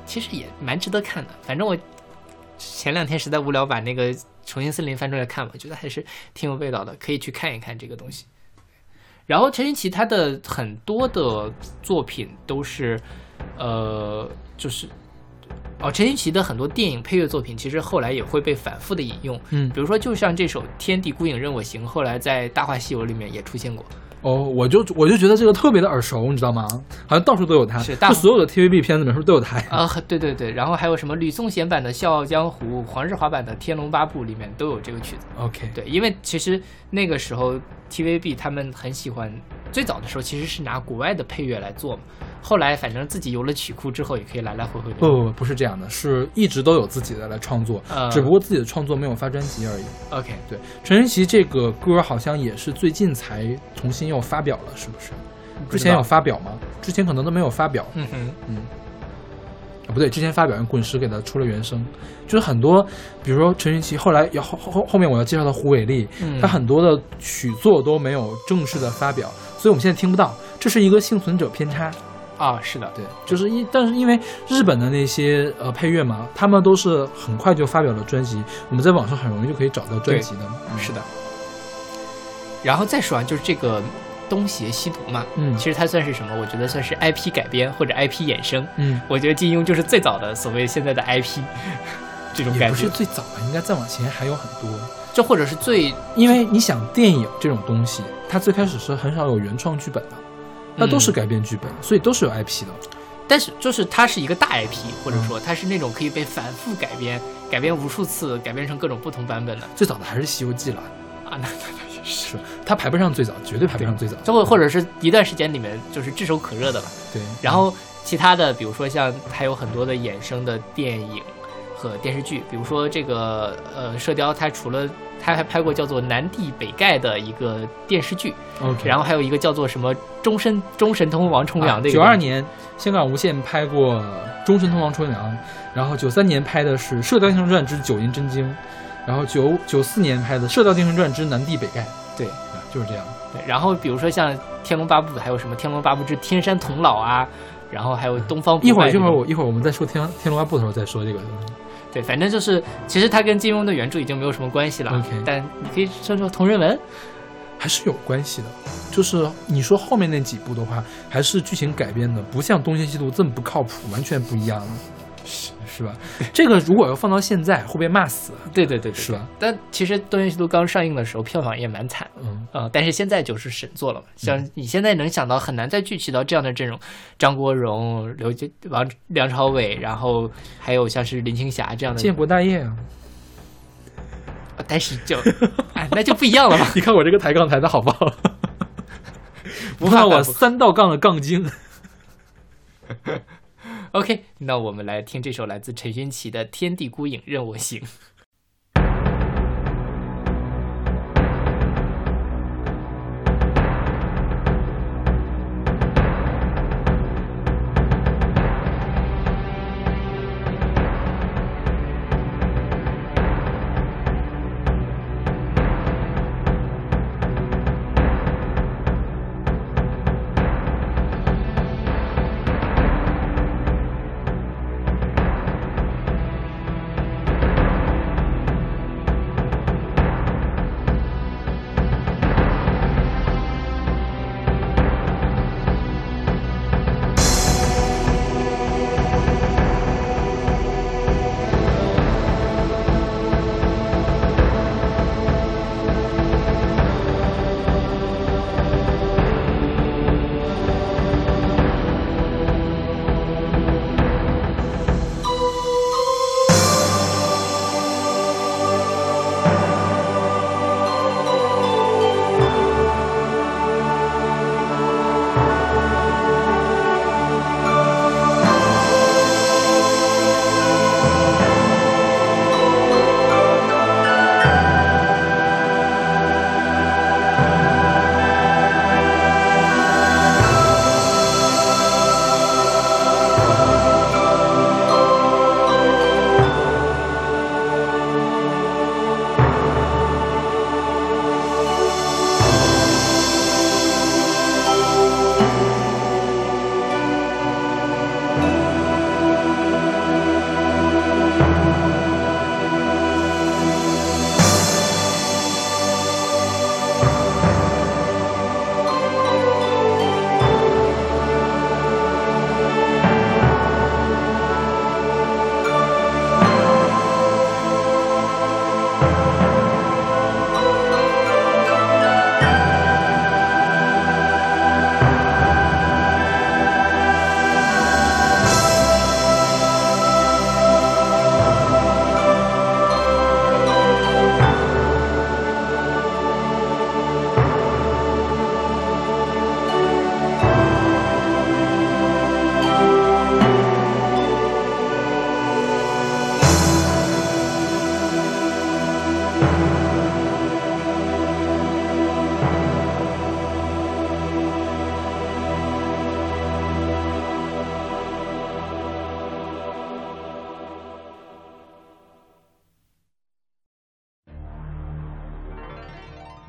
A: 其实也蛮值得看的。反正我前两天实在无聊，把那个《重庆森林》翻出来看，我觉得还是挺有味道的，可以去看一看这个东西。然后陈勋奇他的很多的作品都是，呃，就是哦，陈勋奇的很多电影配乐作品，其实后来也会被反复的引用。
B: 嗯
A: 比如说，就像这首《天地孤影任我行》，后来在《大话西游》里面也出现过。
B: 哦，我就我就觉得这个特别的耳熟，你知道吗？好像到处都有他，
A: 是大
B: 就所有的 TVB 片子里面是不是都有他呀？
A: 啊，对对对，然后还有什么吕颂贤版的《笑傲江湖》，黄日华版的《天龙八部》里面都有这个曲子。
B: OK，
A: 对，因为其实那个时候 TVB 他们很喜欢，最早的时候其实是拿国外的配乐来做嘛，后来反正自己有了曲库之后，也可以来来回回
B: 不
A: 的。
B: 不不，不是这样的，是一直都有自己的来创作，
A: 呃
B: 只不过自己的创作没有发专辑而已。
A: OK，
B: 对，陈勋奇这个歌好像也是最近才重新又发表了，是不是？之前有发表吗？之前可能都没有发表。
A: 嗯哼，
B: 啊，不对，之前发表人滚石给他出了原声，就是很多，比如说陈勋奇，后来也后后后后面我要介绍的胡伟立，
A: 嗯
B: 他很多的曲作都没有正式的发表，所以我们现在听不到，这是一个幸存者偏差。
A: 啊，是的，
B: 对，就是因但是因为日本的那些呃配乐嘛，他们都是很快就发表了专辑，我们在网上很容易就可以找到专辑的。嗯
A: 是的。然后再说啊，就是这个东邪西毒嘛，
B: 嗯
A: 其实它算是什么？我觉得算是 IP 改编或者 IP 衍生。
B: 嗯，
A: 我觉得金庸就是最早的所谓现在的 IP 这种
B: 也
A: 感
B: 不
A: 觉
B: 是，最早吧，应该再往前还有很多。
A: 这或者是最
B: 因为你想，电影这种东西，它最开始是很少有原创剧本的，
A: 嗯
B: 它都是改编剧本，所以都是有 IP 的。
A: 但是就是它是一个大 IP，或
B: 嗯
A: 者说它是那种可以被反复改编、改编无数次、改编成各种不同版本的
B: 最早的还是《西游记》了，
A: 啊，那那也是。
B: 是它排不上最早，绝对排不上最早。
A: 就会或者是一段时间里面就是炙手可热的吧。
B: 对，
A: 然后其他的，比如说像还有很多的衍生的电影和电视剧，比如说这个呃《射雕》，它除了它还拍过叫做《南帝北丐》的一个电视剧，
B: OK，啊
A: 然后还有一个叫做什么《终身终神通王重阳》的一个
B: 九
A: 东西。
B: 二年，香港无线拍过《终身通王春阳》，然后九三年拍的是《射雕英雄传之九阴真经》，然后九九四年拍的《射雕英雄传之南帝北丐》。
A: 对
B: 啊，就是这样。
A: 对，然后比如说像《天龙八部》，还有什么《天龙八部之天山童姥》啊，然后还有《东方不败
B: 一会儿
A: 这
B: 一会儿
A: 种
B: 我一会儿我们再说《天天龙八部》的时候再说这个。
A: 对，反正就是其实它跟金庸的原著已经没有什么关系了
B: OK
A: 但你可以说说同人文，
B: 还是有关系的。就是你说后面那几部的话，还是剧情改编的，不像《东邪西毒》这么不靠谱，完全不一样了，是是吧？这个如果要放到现在，会被骂死，
A: 对对对对
B: 是吧？
A: 但其实《东邪西毒》刚上映的时候，票房也蛮惨的。
B: 嗯，
A: 呃，但是现在就是神作了嘛，像你现在能想到很难再聚集到这样的阵容，张国荣、刘杰、王梁朝伟，然后还有像是林青霞这样的，
B: 建国大业啊！
A: 呃但是就，哎，那就不一样了嘛。
B: 你看我这个抬杠抬的好不好？ 不
A: 怕
B: 看我
A: 不怕
B: 三道杠的杠精。
A: OK，那我们来听这首来自陈勋奇的《天地孤影任我行》。
D: 天地孤影任我行，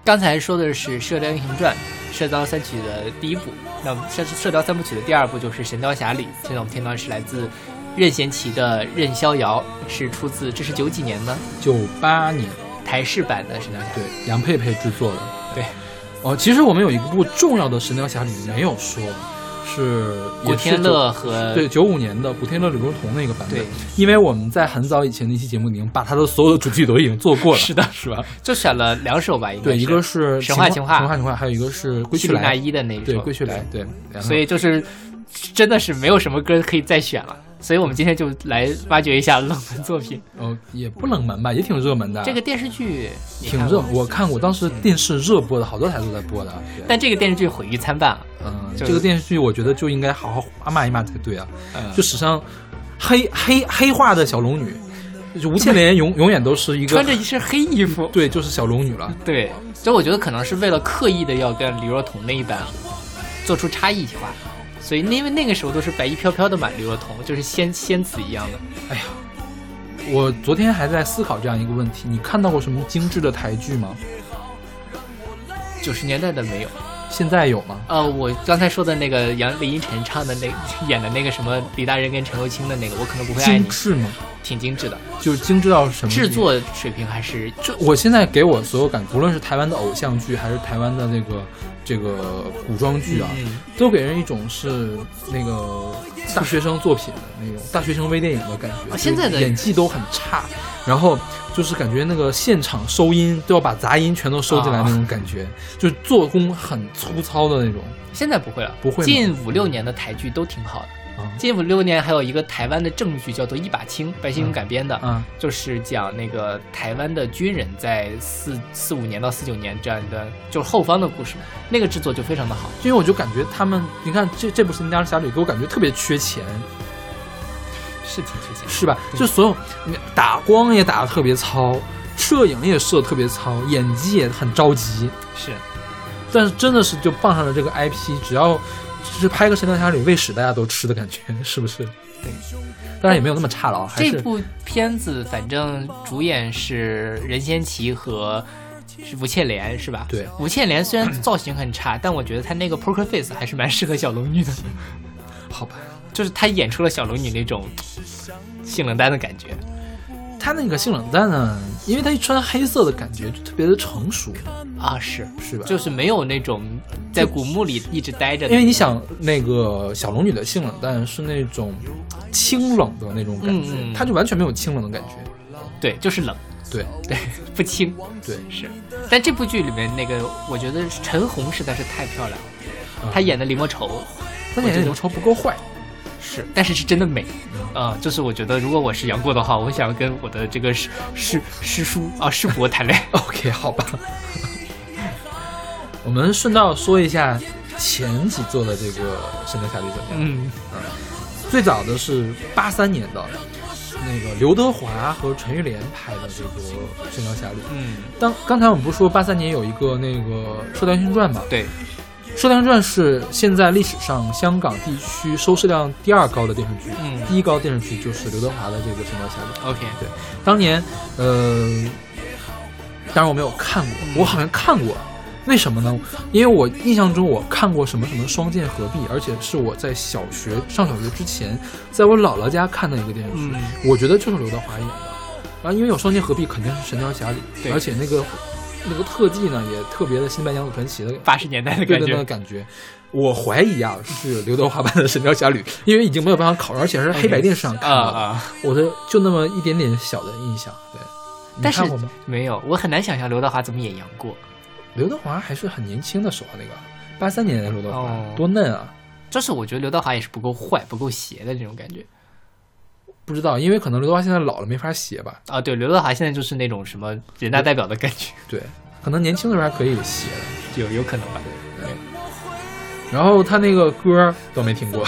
A: 刚才说的是《射雕英雄传》《射雕三曲》的第一部，那么《射射雕三部曲》的第二部就是《神雕侠侣》。现在我们听到是来自任贤齐的《任逍遥》，是出自这是九几年呢
B: 九八年，
A: 台式版的《神雕侠侣
B: 对，杨佩佩制作的。
A: 对，
B: 哦，其实我们有一部重要的《神雕侠侣》没有说，是》，
A: 古
B: 也是
A: 天
B: 九
A: 乐和
B: 对，九五年的古天乐、李若彤那个版本
A: 对，
B: 因为我们在很早以前的一期节目已经把他的所有的主题都已经做过了，
A: 是的
B: 是吧？
A: 就选了两首吧，应该
B: 对，一个
A: 是
B: 是
A: 神话情话
B: 神话情话，还有一个是归去
A: 里纳
B: 来，
A: 一的那一首，
B: 对，归去来，对，然后
A: 所以就是真的是没有什么歌可以再选了。所以我们今天就来挖掘一下冷门作品。
B: 哦，也不冷门吧，也挺热门的，
A: 这个电视剧你
B: 啊挺
A: 看嗯
B: 热
A: 过吗，
B: 我看过，当时电视热播的好多台都在播的，对
A: 但这个电视剧毁誉参半了。
B: 嗯，
A: 就是嗯
B: 这个电视剧我觉得就应该好好骂骂一骂才对啊，就史上黑黑黑化的小龙女，就是吴倩莲永永远都是一个
A: 穿着一身黑衣 服，
B: 对，就是小龙女了。
A: 对，这我觉得可能是为了刻意的要跟李若彤那一版做出差异化，所以因为那个时候都是白衣飘飘的嘛，李若彤就是仙仙子一样的。
B: 哎呀，我昨天还在思考这样一个问题：你看到过什么精致的台剧吗？
A: 九十年代的没有，
B: 现在有吗？
A: 呃，我刚才说的那个杨林依晨唱的那演的那个什么李大人跟陈又青的那个，我可能不会爱
B: 精
A: 你，
B: 致吗？
A: 挺精致的，
B: 就是精致到什么？
A: 制。作水平还是
B: 就我现在给我所有感，无论是台湾的偶像剧，还是台湾的那个这个古装剧啊，
A: 嗯
B: 都给人一种是那个大学生作品的那种大学生微电影的感觉。
A: 啊现在的
B: 就是演技都很差，然后就是感觉那个现场收音都要把杂音全都收进来
A: 啊
B: 那种感觉，就是做工很粗糙的那种。
A: 现在不会了，
B: 不会吗
A: 近五六年的台剧都挺好的。
B: 啊
A: 近五六年还有一个台湾的正剧叫做《一把青》，白先勇改编的，
B: 啊，
A: 就是讲那个台湾的军人在四四五年到四九年这样一段就是后方的故事，那个制作就非常的好。
B: 因为我就感觉他们，你看这这部《神雕侠侣》给我感觉特别缺钱，
A: 是挺缺钱，
B: 是吧？就所有你打光也打的特别糙，摄影也摄得特别糙，演技也很着急，
A: 是
B: 但是真的是就傍上了这个 IP，只要只是拍个《神雕侠侣》喂屎大家都吃的感觉，是不是？
A: 对，
B: 当然也没有那么差了啊，还
A: 这
B: 是
A: 部片子，反正主演是任贤齐和是吴倩莲，是吧？
B: 对，
A: 吴倩莲虽然造型很差，但我觉得她那个 poker face 还是蛮适合小龙女的，
B: 好吧。
A: 就是她演出了小龙女那种性冷淡的感觉。
B: 他那个性冷淡呢，因为他一穿黑色的感觉就特别的成熟，
A: 啊，是
B: 是吧？
A: 就是没有那种在古墓里一直待着的，
B: 因为你想，那个小龙女的性冷淡是那种清冷的那种感觉，
A: 嗯嗯
B: 她就完全没有清冷的感觉。
A: 对，就是冷
B: 对
A: 不清。
B: 对，
A: 是，但这部剧里面那个，我觉得陈红实在是太漂亮
B: 嗯
A: 了，她演的李莫愁
B: 但是
A: 我觉得
B: 刘超不够坏。
A: 是，但是是真的美，
B: 嗯
A: 啊、就是我觉得如果我是杨过的话，我想跟我的这个师师师叔啊师伯谈恋爱。
B: OK，好吧。我们顺道说一下前几座的这个《神雕侠侣》怎么样？
A: 嗯，
B: 最早的是八三年的，那个刘德华和陈玉莲拍的这个《神雕侠侣》。
A: 嗯，
B: 当刚才我们不是说八三年有一个那个《射雕英雄传》吗？
A: 对，
B: 《射雕英雄传》是现在历史上香港地区收视量第二高的电视剧，
A: 嗯
B: 第一高电视剧就是刘德华的这个《神雕侠侣》。
A: ，OK，
B: 当年，呃，当然我没有看过，
A: 嗯
B: 我好像看过，为什么呢？因为我印象中我看过什么什么《双剑合璧》，而且是我在小学上小学之前，在我姥姥家看的一个电视
A: 嗯
B: 剧，我觉得就是刘德华演的。然后因为有《双剑合璧》，肯定是《神雕侠侣
A: 对》，
B: 而且那个那个特技呢，也特别的《新白娘子传奇》的
A: 八十年代的
B: 对
A: 感
B: 的那
A: 觉
B: 个，感觉。我怀疑啊，是刘德华版的《神雕侠侣》，因为已经没有办法考，而且是黑白电视上看
A: 啊
B: 的
A: 啊，
B: 我的就那么一点点小的印象。对，你
A: 但是
B: 看过吗？
A: 没有，我很难想象刘德华怎么演杨过。
B: 刘德华还是很年轻的时候啊，那个八三年的刘德华、
A: 哦
B: 多嫩啊！
A: 就是我觉得刘德华也是不够坏、不够邪的这种感觉
B: 不知道，因为可能刘德华现在老了没法写吧？
A: 啊。对，刘德华现在就是那种什么人大代表的感 觉，
B: 对，可能年轻的时候还可以写的。
A: 有有可能吧。
B: 然后他那个歌都没听过，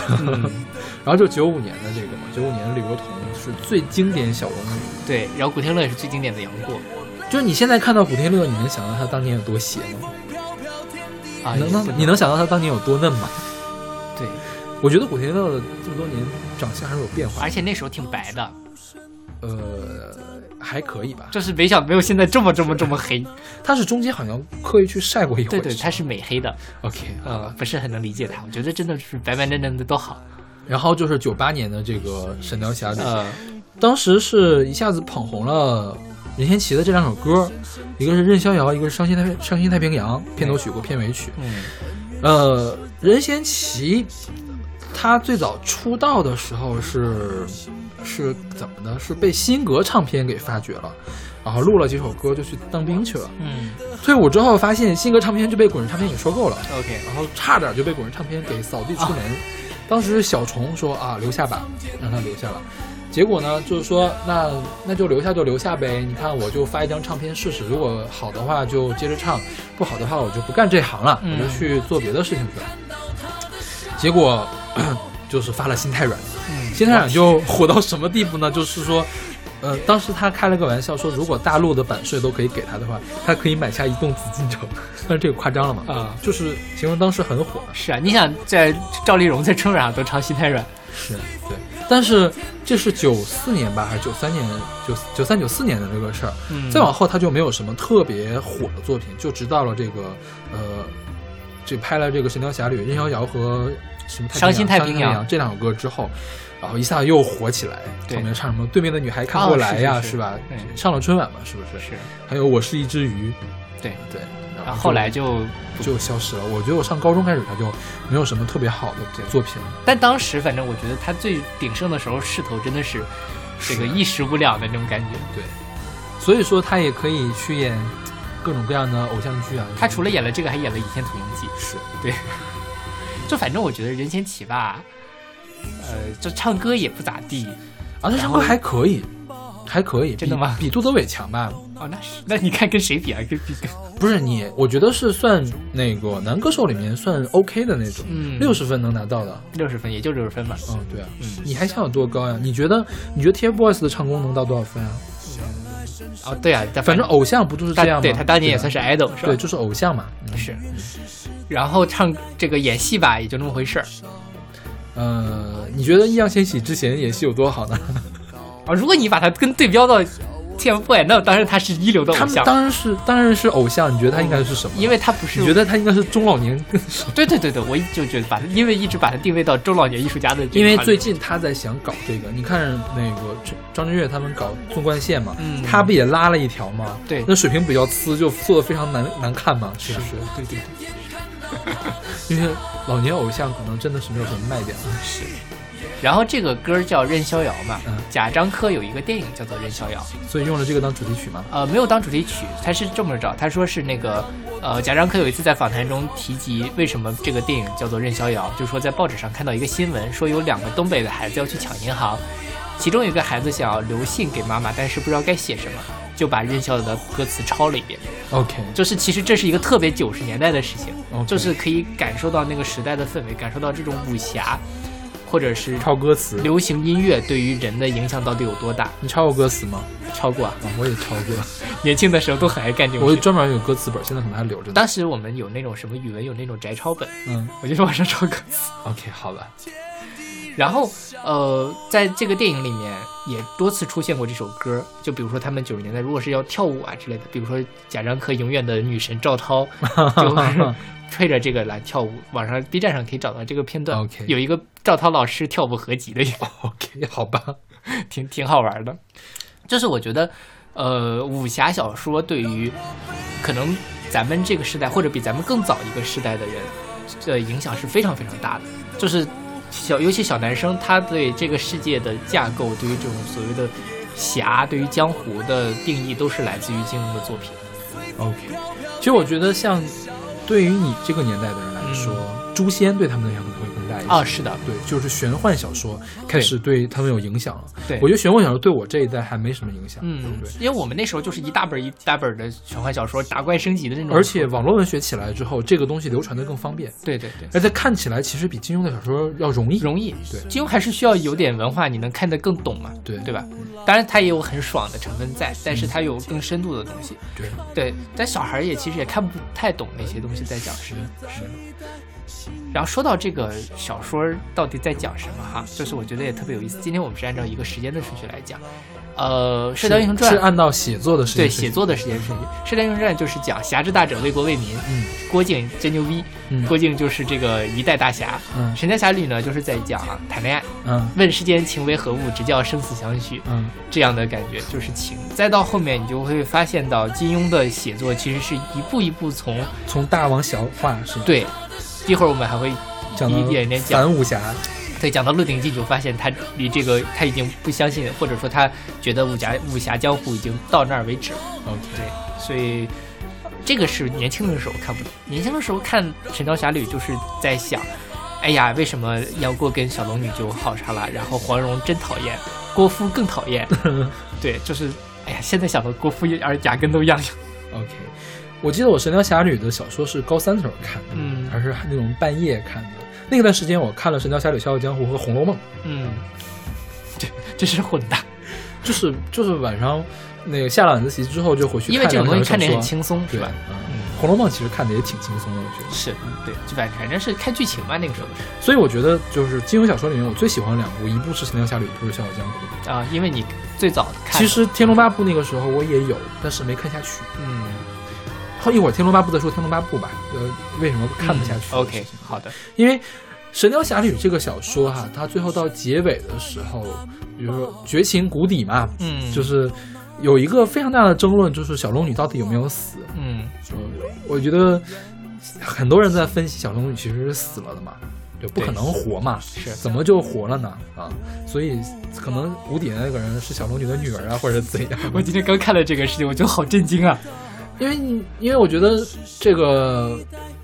B: 然后就九五年的这个嘛，九五年的李若彤是最经典小龙女。
A: 对，然后古天乐也是最经典的杨过
B: 就是你现在看到古天乐，你能想到他当年有多邪吗？
A: 啊，
B: 你能
A: 也不
B: 能你能想到他当年有多嫩吗？
A: 对，
B: 我觉得古天乐这么多年长相还是有变化的。
A: 而且那时候挺白的，
B: 呃，还可以吧。
A: 就是没想没有现在这么这么这么 黑。
B: 他是中间好像刻意去晒过一回，
A: 对对，
B: 是吧
A: 他是美黑的，
B: OK 好
A: 呃
B: 吧。，
A: 不是很能理解他。我觉得真的是白白嫩嫩的都好。
B: 然后就是九八年的这个《神雕侠侣》
A: 呃，
B: 当时是一下子捧红了任贤齐的这两首歌，一个是《任逍遥》，一个是《伤心太平伤心太平洋》片头曲或片尾曲。
A: 嗯，
B: 呃，任贤齐他最早出道的时候是是怎么呢？是被新格唱片给发掘了，然后录了几首歌就去当兵去了。
A: 嗯
B: 退伍之后发现新格唱片就被滚石唱片给收购了，
A: ，OK，
B: 然后差点就被滚石唱片给扫地出门。当时小虫说啊，留下吧，让他留下了。结果呢，就是说那那就留下就留下呗，你看我就发一张唱片试试，如果好的话就接着唱，不好的话我就不干这行了，
A: 嗯
B: 我就去做别的事情去了。结果 就是发了心太软，
A: 嗯
B: 心太软就火到什么地步呢？就是说。呃，当时他开了个玩笑说，如果大陆的版税都可以给他的话，他可以买下一栋紫禁城。 但是这个夸张了嘛？
A: 啊
B: 就是形容当时很火。
A: 是啊，你想在赵丽蓉在春晚上都唱《心太软》，
B: 是对，但是这是九四年吧，还是九三年？九九三九四年的这个事儿。
A: 嗯
B: 再往后他就没有什么特别火的作品，就直到了这个呃，这拍了这个《神雕侠侣》《任逍遥》和什么太平洋《
A: 伤心太平洋
B: 洋》这两首歌之后。然后一下又火起来，
A: 对
B: 后面唱什么“对面的女孩看过来”呀，
A: 哦是是是
B: 吧
A: 对？
B: 上了春晚嘛，是不是？嗯
A: 是，
B: 还有“我是一只鱼
A: 对，”，
B: 对，
A: 然后
B: 就
A: 后来就
B: 就消失了。我觉得我上高中开始，他就没有什么特别好的作品了。
A: 但当时反正我觉得他最鼎盛的时候势头真的是这个
B: 是
A: 一时无两的那种感觉。
B: 对，所以说他也可以去演各种各样的偶像剧啊。
A: 他除了演了这个，还演了《倚天屠龙记》。
B: 是
A: 就反正我觉得任贤齐吧，呃，就唱歌也不咋地。
B: 啊，他唱歌还可以，还可以，
A: 真的
B: 比
A: 吗
B: 比杜德伟强吧？
A: 哦，那是那你看跟谁比啊？跟比跟
B: 不是你，我觉得是算那个男歌手里面算 OK 的那种，
A: 嗯
B: 六十分能拿到的。
A: 六十分，也就六十分吧。
B: 嗯，对啊，
A: 嗯
B: 你还想有多高呀？你觉得你觉得 TFBOYS 的唱功能到多少分啊？
A: 哦，对啊，但
B: 反正偶像不就是这
A: 他
B: 样吗？
A: 对他当年也算
B: 是
A: 是 idol 是吧？
B: 对，就是偶像嘛。嗯
A: 是。然后唱这个演戏吧，也就那么回事儿
B: 呃，你觉得易烊千玺之前演戏有多好呢？
A: 啊。如果你把他跟对标到 TFBOYS，那当然他是一流的
B: 他
A: 偶
B: 们
A: 像，
B: 当然是当然是偶像，你觉得他应该是什么？
A: 因为他不是
B: 你觉得他应该是中老年？
A: 对对对对，我一就觉得把他，因为一直把他定位到中老年艺术家的这个
B: 因为
A: 团
B: 最
A: 队，
B: 近他在想搞这个，你看那个张张震岳他们搞纵贯线嘛，
A: 嗯
B: 他不也拉了一条吗？
A: 对
B: 那水平比较呲，就做的非常难难看嘛，是不是？
A: 对对对，
B: 因为老年偶像可能真的是没有什么卖点了。
A: 是。然后这个歌叫《任逍遥》嘛，
B: 嗯
A: 贾樟柯有一个电影叫做《任逍遥》，
B: 所以用了这个当主题曲嘛。
A: 呃，没有当主题曲，他是这么着，他说是那个，呃，贾樟柯有一次在访谈中提及为什么这个电影叫做《任逍遥》，就说在报纸上看到一个新闻，说有两个东北的孩子要去抢银行，其中有一个孩子想要留信给妈妈，但是不知道该写什么，就把《任逍遥》的歌词抄了一遍。
B: OK，
A: 就是其实这是一个特别九十年代的事情
B: OK
A: 就是可以感受到那个时代的氛围，感受到这种武侠或者是
B: 抄歌词，
A: 流行音乐对于人的影响到底有多大。
B: 你抄过歌词吗？
A: 超过啊，
B: 啊，我也抄过，
A: 年轻的时候都很爱干这种
B: 我
A: 事。
B: 专门有歌词本，现在可能还留着呢。
A: 当时我们有那种什么语文有那种摘抄本，
B: 嗯
A: 我就往上抄歌词。
B: ，OK，好吧，
A: 然后呃，在这个电影里面也多次出现过这首歌，就比如说他们九十年代如果是要跳舞啊之类的，比如说贾樟柯永远的女神赵涛就是 推着这个来跳舞，网上 B 站上可以找到这个片段
B: OK
A: 有一个赵涛老师跳舞合集的，
B: OK，好吧，
A: 挺挺好玩的。就是我觉得，呃，武侠小说对于可能咱们这个时代或者比咱们更早一个时代的人的影响是非常非常大的。就是小，尤其小男生，他对这个世界的架构，对于这种所谓的侠，对于江湖的定义，都是来自于金庸的作品。
B: OK，其实我觉得像对于你这个年代的人来说，诛仙对他们的影响可能会更大一些。
A: 嗯啊，是的，
B: 对，哦就是玄幻小说开始对他们有影响了。
A: 对
B: 我觉得玄幻小说对我这一代还没什么影响。
A: 嗯
B: 对，。
A: 因为我们那时候就是一大本一大本的玄幻小说，打怪升级的那种，
B: 而且网络文学起来之后，这个东西流传的更方便，
A: 对对对，
B: 而且看起来其实比金庸的小说要容易。
A: 容易。
B: 对
A: 金庸还是需要有点文化，你能看得更懂嘛，
B: 对
A: 对吧？当然它也有很爽的成分在，但是它有更深度的东西。
B: 对，
A: 对，但小孩儿也其实也看不太懂那些东西在讲什么。然后说到这个小说到底在讲什么哈，就是我觉得也特别有意思。今天我们是按照一个时间的顺序来讲，呃，《射雕英雄传
B: 是》按照写作的时间
A: 对写作的时间顺序，《射雕英雄传》就是讲侠之大者，为国为民。
B: 嗯，
A: 郭靖真牛逼，
B: 嗯
A: 郭靖就是这个一代大侠。
B: 嗯
A: 神雕侠侣》呢，就是在讲谈恋爱，
B: 嗯
A: 问世间情为何物，直教生死相许。
B: 嗯
A: 这样的感觉，就是情。再到后面，你就会发现到金庸的写作其实是一步一步从
B: 从大往小化是吧
A: 对，一会儿我们还会
B: 讲到
A: 一点一点讲。
B: 反武侠，
A: 对，讲到《鹿鼎记》，你就发现他离这个他已经不相信，或者说他觉得武侠武侠江湖已经到那儿为止了。
B: OK
A: 所以这个是年轻的时候看不懂，年轻的时候看《神雕侠侣》就是在想，哎呀，为什么杨过跟小龙女就好上了，然后黄蓉真讨厌，郭芙更讨厌， 对，就是哎呀，现在想到郭芙而牙根都痒 痒。
B: OK。我记得我《神雕侠侣》的小说是高三的时候看的，
A: 嗯
B: 还是那种半夜看的。那段时间我看了《神雕侠侣》《笑傲江湖》和《红楼梦》，
A: 嗯，这这是混搭，
B: 就是就是晚上那个下了晚自习之后就回去，
A: 因为这种东西看
B: 着
A: 着也很轻松，是
B: 对
A: 吧？？
B: 嗯
A: 嗯
B: 《红楼梦》其实看的也挺轻松的，我觉得。
A: 是嗯对，就反反正是看剧情嘛，那个时候是
B: 所以我觉得就是金庸小说里面我最喜欢的两部，一部是《神雕侠侣》，一部是《笑傲江湖》。
A: 啊，因为你最早看，
B: 其实《天龙八部》那个时候我也有，但是没看下去。
A: 嗯，
B: 后一会儿《天龙八部》再说《天龙八部》吧，呃，为什么看不下去、
A: 嗯 OK，好的，
B: 因为《神雕侠侣》这个小说哈、它最后到结尾的时候，比如说绝情谷底嘛，
A: 嗯，
B: 就是有一个非常大的争论，就是小龙女到底有没有死？
A: 嗯
B: 就我觉得很多人在分析小龙女其实是死了的嘛，就不可能活嘛，
A: 是
B: 怎么就活了呢？啊，所以可能谷底的那个人是小龙女的女儿啊，或者怎 样？
A: 我今天刚看了这个事情，我觉得好震惊啊！
B: 因为你因为我觉得这个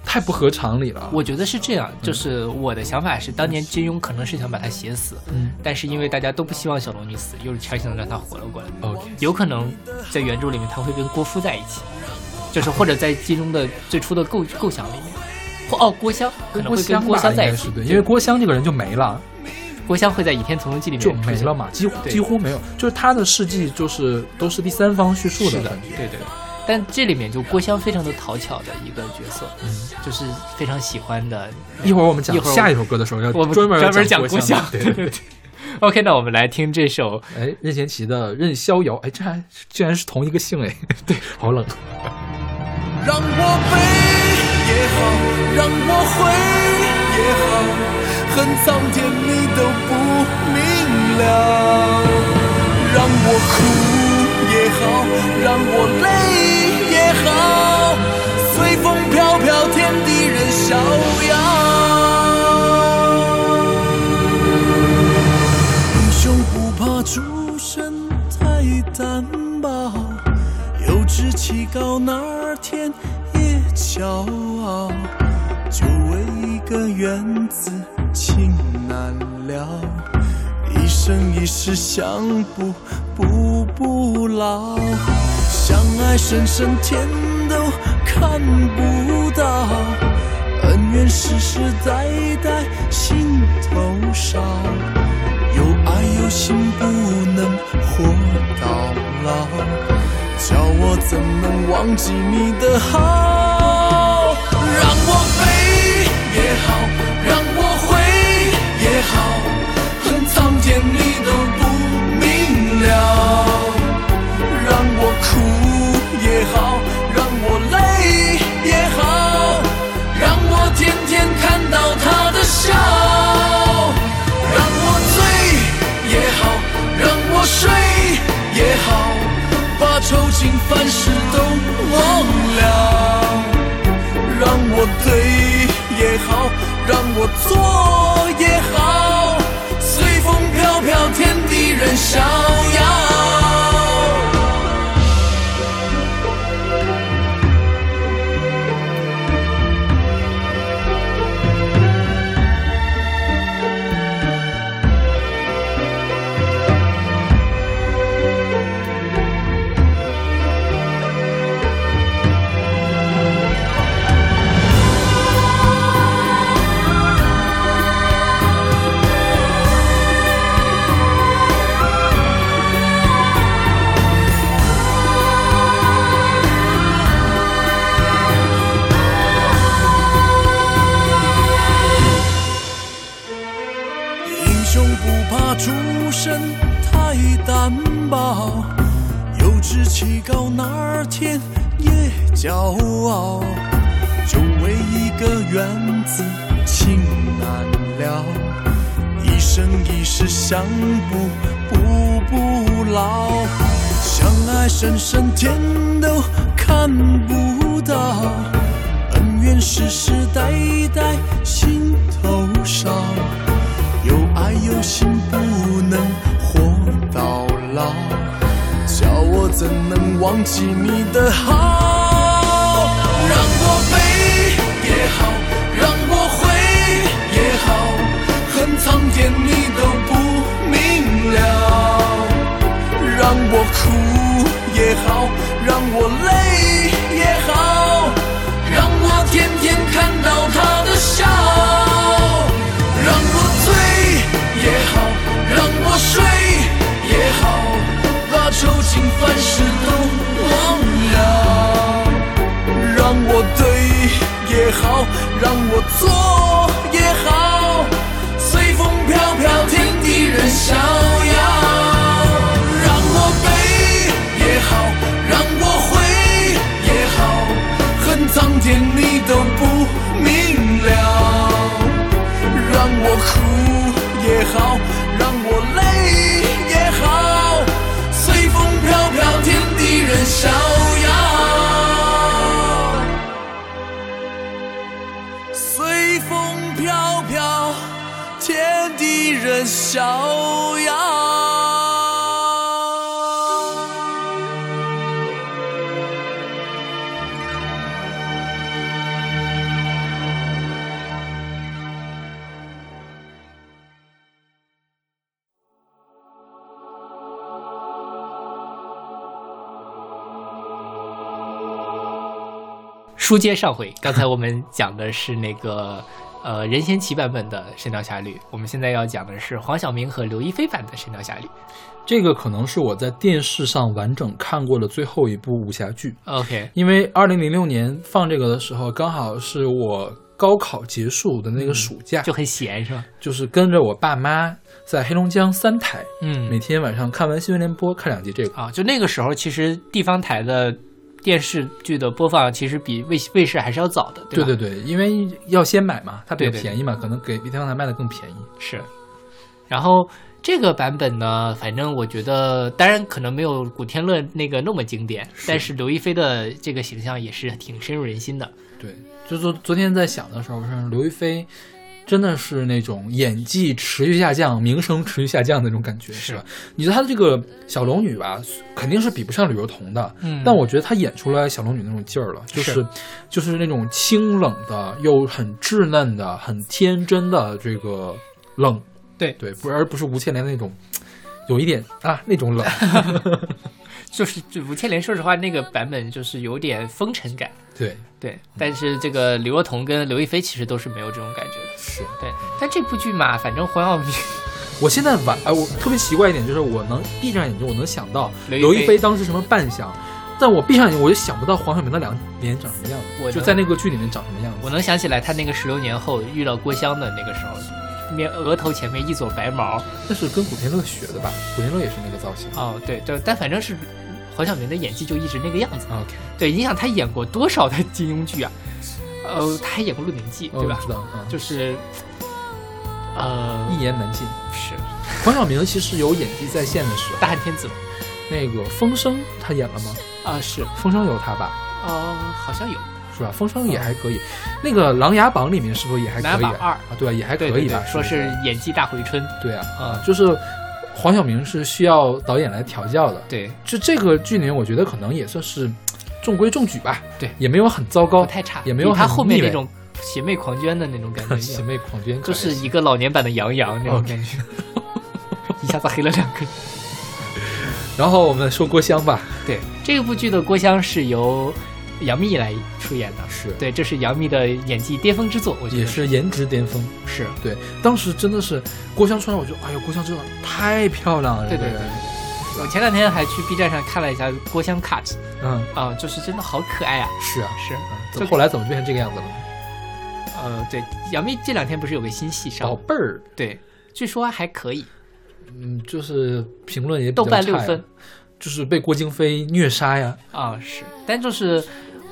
B: 太不合常理了。
A: 我觉得是这样，
B: 嗯
A: 就是我的想法是，当年金庸可能是想把他写死，
B: 嗯
A: 但是因为大家都不希望小龙女死，又是强行地让她活了过来。
B: ，OK，
A: 有可能在原著里面他会跟郭芙在一起，就是或者在金庸的最初的构构想里面，或哦郭襄可能会跟
B: 郭
A: 郭襄
B: 襄吧
A: 在
B: 应
A: 一
B: 该
A: 起
B: 是，对，因为郭襄这个人就没了，
A: 郭襄会在《倚天屠龙记》里面
B: 就没
A: 出现
B: 了嘛，几乎
A: 对
B: 几乎没有，就是他的事迹就是都是第三方叙述
A: 是的
B: 感，觉。
A: 对对。但这里面就郭襄非常的讨巧的一个角色，就是非常喜欢的。
B: 一会儿我们讲
A: 一会儿我
B: 下一首歌的时候要
A: 我们
B: 专门
A: 专门
B: 讲
A: 讲郭
B: 襄
A: 襄，
B: 对对对。
A: OK，那我们来听这首
B: 哎，任贤齐的《任逍遥》，哎，这还居然是同一个姓哎， 对，好冷。
D: 让我悲也好，让我悔也好，恨苍天你都不明了。让我哭也好，让我累也好，随风飘飘，天地任逍遥。英雄不怕出身太单薄，有志气高哪儿天也骄傲。就为一个缘字情难了，一生一世相补不不老。相爱深深天都看不到，恩怨世世代代心头烧。有爱有心不能活到老，叫我怎能忘记你的好？让我悲也好，让我悔也好，恨苍天你都不明了。让我哭也好，让我累也好，让我天天看到他的笑。让我醉也好，让我睡也好，把愁情烦事都忘了。让我对也好，让我错也好，随风飘飘，天地任逍遥。让我悲也好，让我悔也好，
E: 雄不怕出身太单薄，有志气高哪天也骄傲。就为一个“缘”字，情难了，一生一世相补补不老。相爱深深，天都看不到；恩怨世世代代，心头烧。有爱有心，不能活到老。叫我怎能忘记你的好？让我悲也好，让我悔也好，恨苍天你都不明了。让我哭也好，让我累也好，让我天天看到他的笑，让我醉也好，让我睡也好，把愁情烦事都忘了。让我对也好，让我错也好，随风飘飘，天地任逍遥。让我悲也好，让我悔也好，恨苍天你都不明了。让我哭也好，让我累也好，随风飘飘，天地任逍遥。随风飘飘，天地任逍遥。
A: 书接上回，刚才我们讲的是那个呃任贤齐版本的《神雕侠侣》，我们现在要讲的是黄晓明和刘亦菲版的《神雕侠侣》。
B: 这个可能是我在电视上完整看过的最后一部武侠剧，
A: OK，
B: 因为二零零六年放这个的时候，刚好是我高考结束的那个暑假，
A: 嗯就很闲是吧？
B: 就是跟着我爸妈在黑龙江三台，每
A: 嗯，
B: 天晚上看完新闻联播看两集这个。
A: 啊，就那个时候其实地方台的电视剧的播放其实比卫卫视还是要早的，
B: 对
A: 吧？
B: 对对，因为要先买嘛，它比
A: 对
B: 较
A: 对对
B: 便宜嘛，可能给比天方台卖的更便宜。
A: 是。然后这个版本呢，反正我觉得，当然可能没有古天乐那个那么经典，但是刘亦菲的这个形象也是挺深入人心的。
B: 对，就昨昨天在想的时候，是刘亦菲真的是那种演技持续下降、名声持续下降的那种感觉，是吧？你觉得她的这个小龙女吧，肯定是比不上吕若彤的，
A: 嗯
B: 但我觉得她演出来小龙女那种劲儿了，就是
A: 是
B: 就是那种清冷的，又很稚嫩的、很天真的这个冷，
A: 对
B: 对，不而不是吴倩莲那种。有一点啊，那种 冷，
A: 就是就吴倩莲，说实话，那个版本就是有点风尘感，
B: 对，
A: 对。但是这个刘若彤跟刘亦菲其实都是没有这种感觉的，
B: 是。
A: 对。但这部剧嘛，反正黄晓明，
B: 我现在晚哎，我特别奇怪一点就是，我能闭上眼睛，我能想到
A: 刘亦
B: 刘
A: 菲
B: 亦菲当时什么扮相，但我闭上眼睛我就想不到黄晓明的两脸长什么样
A: 我
B: 子，
A: 能
B: 就在那个剧里面长什么样子。
A: 我能想起来他那个十六年后遇到郭襄的那个时候，面额头前面一撮白毛，
B: 那是跟古天乐学的吧？古天乐也是那个造型。
A: 哦，对对，但反正是黄晓明的演技就一直那个样子。
B: OK，
A: 对，你想他演过多少的金庸剧啊？呃，他还演过《鹿鼎记》，
B: 哦
A: 对吧
B: 我？知道，嗯，
A: 就是，呃，
B: 一言难尽。
A: 是
B: 黄晓明其实有演技在线的 时候，
A: 大汉天子嘛
B: 那个《风声》他演了吗？
A: 啊、是
B: 《风声》有他吧？
A: 哦，好像有，
B: 是吧？《风声》也还可以，那个《琅琊榜》里面是不是也还可以
A: 琅琊榜二
B: 啊？啊，对啊，也还可
A: 对对
B: 以吧
A: 对，？说
B: 不
A: 是演技大回春
B: 对啊，
A: 啊、
B: 就是黄晓明是需要导演来调教的。
A: 对，
B: 就这个剧里面，我觉得可能也算是中规中矩吧。
A: 对
B: 也没有很糟
A: 不
B: 糕，
A: 太差，
B: 也没有
A: 比他
B: 很
A: 后面
B: 腻
A: 那
B: 歪
A: 种邪魅狂狷的那种 感觉一
B: 邪
A: 样，
B: 魅狂狷，
A: 就是一个老年版的杨洋那种
B: OK
A: 感觉，一下子黑了两个人。
B: 然后我们说郭襄吧，
A: 对，这部剧的郭襄是由杨幂来出演的，
B: 是
A: 对，这是杨幂的演技巅峰之作，我觉得
B: 也是颜值巅峰。
A: 是，
B: 对，当时真的是郭襄出来，我就哎呦，郭襄真的太漂亮了。
A: 对对
B: 这
A: 对
B: 个人，
A: 我前两天还去 B 站上看了一下郭襄 cut
B: 嗯，
A: 啊、就是真的好可爱啊！
B: 是啊，
A: 是，
B: 嗯
A: 就
B: 怎么后来怎么变成这个样子了？
A: 呃，对，杨幂这两天不是有个新戏上
B: 宝
A: 吗？
B: 贝儿，
A: 对，据说还可以，
B: 嗯，就是评论也比较
A: 豆瓣六
B: 差呀
A: 分，
B: 就是被郭京飞虐杀呀。
A: 啊，是，但就是，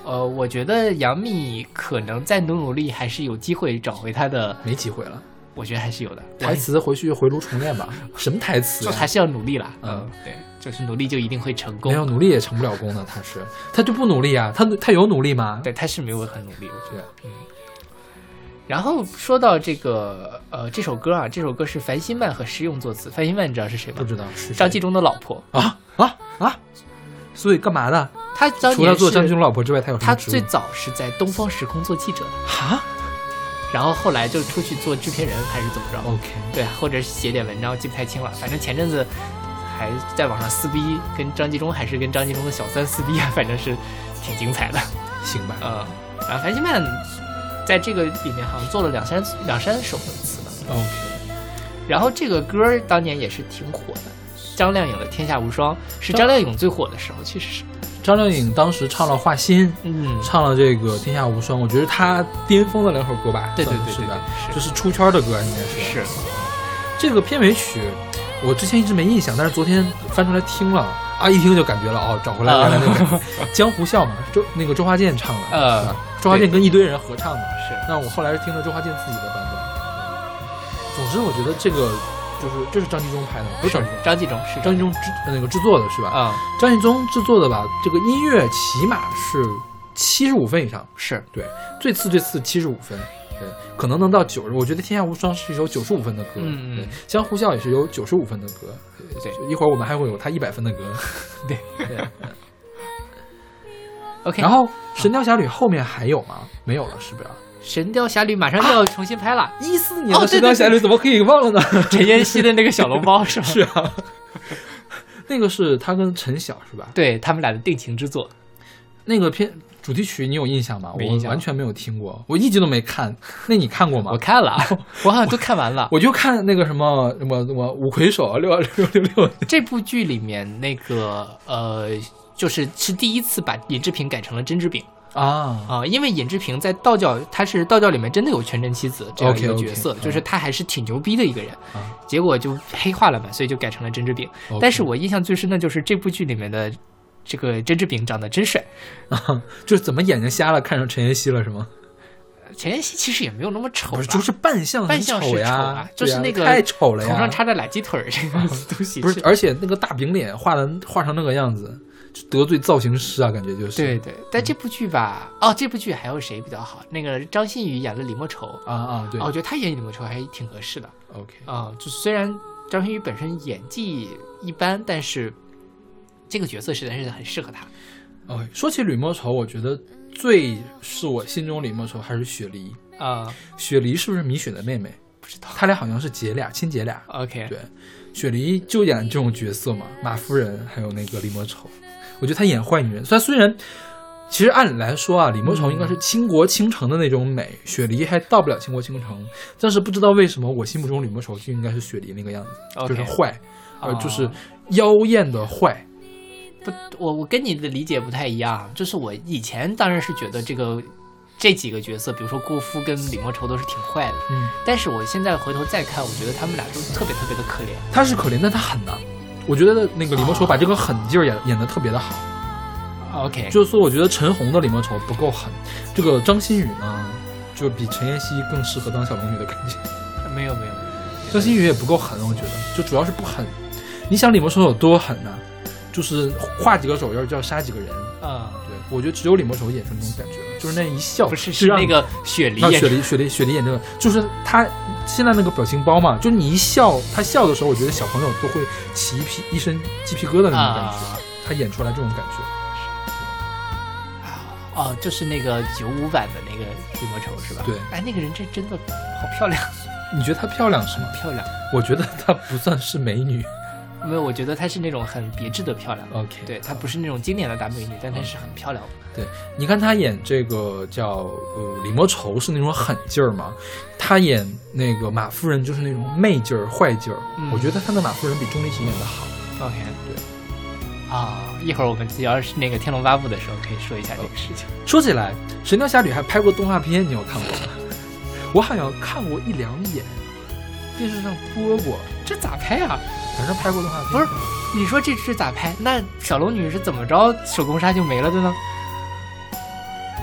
A: 呃，我觉得杨幂可能再努努力，还是有机会找回她的，
B: 没机会了，
A: 我觉得还是有的。
B: 台词回去回炉重练吧。什么台词
A: 就
B: 呀、
A: 还是要努力啦，
B: 嗯
A: 嗯，对，就是努力就一定会成
B: 没有
A: 功。
B: 努力也成不了功的，他是他就不努力啊，他他有努力吗？
A: 对，她是没有很努力，我觉得。
B: 对，
A: 然后说到这个，呃，这首歌啊，这首歌是樊希曼和施用作词。樊希曼你知道是谁
B: 不
A: 吗？
B: 知道是谁
A: 张纪中的老婆，
B: 啊啊啊！所以干嘛的？
A: 她当
B: 除了
A: 年
B: 做张纪
A: 是
B: 中老婆之外，他有什
A: 她
B: 么职
A: 最
B: 务？
A: 早是在东方时空做记者的，
B: 哈
A: 然后后来就出去做制片人还是怎么着？
B: ，OK，
A: 对，啊或者是写点文章，记不太清了。反正前阵子还在网上撕逼，跟张纪中还是跟张纪中的小三撕逼啊，反正是挺精彩的。
B: 行吧。
A: 嗯，然后樊希曼在这个里面好像做了两三两三首的词吧。
B: OK，
A: 然后这个歌儿当年也是挺火的，张靓颖的《天下无双》是张靓颖最火的时候，确实是。
B: 张靓颖当时唱了《画心》，
A: 嗯，
B: 唱了这个《天下无双》，我觉得她巅峰的两首歌吧，
A: 对对
B: 算
A: 对
B: 是
A: 对
B: 吧，
A: 对，
B: 就是是出圈的歌，应该是。
A: 是
B: 这个片尾曲，我之前一直没印象，但是昨天翻出来听了啊，一听就感觉了哦，找回来
A: 啊
B: 原来那个 江湖笑嘛，周那个周华健唱的，
A: 呃
B: 是吧周华健跟一堆人合唱的。
A: 是。
B: 但我后来是听了周华健自己的版本。总之，我觉得这个就是这是张纪中拍的吗，不是张纪中，
A: 张纪中是
B: 张纪中制呃那个制作的是吧？
A: 啊、
B: 张纪中制作的吧，这个音乐起码是七十五分以上，
A: 是
B: 最次最次七十五分。对，可能能到九十。我觉得《天下无双》是一首九十五分的歌，
A: 嗯嗯
B: 对，《江湖笑》也是有九十五分的歌。
A: 对
B: 就一会儿我们还会有他一百分的歌。
A: 对
B: 对。
A: OK。
B: 然后《神雕侠侣》后面还有吗？没有了，是啊不
A: 《
B: 是？
A: 神雕侠侣》马上就要重新拍了，
B: 一四年
A: 哦
B: 的《
A: 对
B: 神
A: 对
B: 雕侠侣》怎么可以忘了呢？
A: 陈妍希的那个小笼 包是吧？
B: 是啊，那个是他跟陈晓是吧？
A: 对他们俩的定情之作。
B: 那个片主题曲你有印象吗？
A: 没印
B: 我
A: 象
B: 完全没有听过，我一直都没看。那你看过吗
A: 我？看了，啊 我好像都看完了。
B: 我就看那个什么什么什么五魁首啊六六六六，
A: 这部剧里面那个呃，就是是第一次把尹志平改成了甄志炳
B: 啊
A: 啊、因为尹志平在道教，他是道教里面真的有全真七子这样一个
B: OK，OK，
A: 角色
B: 嗯
A: 就是他还是挺牛逼的一个人，
B: 啊
A: 结果就黑化了嘛，所以就改成了甄志炳。
B: OK
A: 但是我印象最深的就是这部剧里面的这个甄志炳长得真帅，
B: 啊！就是怎么眼睛瞎了，看上陈妍希了是吗？
A: 陈妍希其实也没有那么丑
B: 不
A: 吧，
B: 是，就是扮相
A: 扮
B: 很
A: 相是
B: 丑
A: 丑
B: 呀
A: 啊，就是那
B: 对
A: 个
B: 呀太丑了呀，啊
A: 头上插着俩鸡腿儿这个东西
B: 不是，而且那个大饼脸画的画成那个样子，就得罪造型师啊，感觉就是
A: 对对，但这部剧吧，哦，这部剧还有谁比较好？那个张馨予演了李莫愁，啊、
B: 啊啊对
A: 我觉得她演李莫愁还挺合适的
B: ，OK
A: 啊、就虽然张馨予本身演技一般，但是这个角色实在是很适合她。
B: 哦，说起吕莫愁，我觉得最是我心中吕莫愁还是雪梨。
A: 啊、
B: 雪梨是不是米雪的妹妹？
A: 不知道。
B: 她俩好像是姐俩，亲姐俩。
A: OK，
B: 啊对，雪梨就演这种角色嘛，马夫人还有那个李莫愁，我觉得她演坏女人。虽然虽然，其实按理来说啊，李莫愁应该
A: 嗯
B: 是倾国倾城的那种美，雪梨还到不了倾国倾城。但是不知道为什么，我心目中李莫愁就应该是雪梨那个样子
A: OK
B: 就是坏，呃，
A: 哦
B: 就是妖艳的坏。
A: 不，我我跟你的理解不太一样，就是我以前当然是觉得这个这几个角色，比如说郭芙跟李莫愁都是挺坏的，
B: 嗯，
A: 但是我现在回头再看，我觉得他们俩都特别特别的可怜。
B: 她是可怜，但她狠呐。我觉得那个李莫
A: 哦
B: 愁把这个狠劲儿演演得特别的好。
A: 啊 OK，
B: 就是说，我觉得陈红的李莫愁不够狠，这个张馨予呢，就比陈妍希更适合当小龙女的感觉。
A: 没有没有，
B: 张馨予也不够狠，我觉得，就主要是不狠。你想李莫愁有多狠呢、就是画几个手印就要杀几个人。
A: 啊、
B: 对，我觉得只有李莫愁演出那种感觉了，就是那一笑，
A: 不是
B: 就是让
A: 那个雪梨
B: 让啊
A: 演
B: 雪梨雪梨雪梨演这个，就是她现在那个表情包嘛，就你一笑，她笑的时候，我觉得小朋友都会起一批一身鸡皮疙瘩那种感觉。
A: 啊
B: 她演出来这种感觉，
A: 哦，就是那个九五版的那个李莫愁是吧？
B: 对
A: 哎，那个人这真的好漂亮，
B: 你觉得她漂亮是吗？
A: 漂亮。
B: 我觉得她不算是美女。
A: 没有，我觉得她是那种很别致的漂亮。
B: OK，
A: 对，她不是那种经典的大美女，但她是很漂亮的。
B: 对，你看她演这个叫呃李莫愁是那种狠劲儿嘛，她演那个马夫人就是那种媚劲儿、坏劲儿。
A: 嗯
B: 我觉得她的马夫人比钟丽缇演的好。
A: OK，
B: 对，
A: 啊、一会儿我们只要是那个《天龙八部》的时候，可以说一下这个事情。
B: 说起来，《神雕侠侣》还拍过动画片，你有看过吗？我好像看过一两眼，电视上播过，
A: 这咋拍啊？
B: 反正拍过动画片。
A: 不是你说这是咋拍？那小龙女是怎么着手工杀就没了的呢？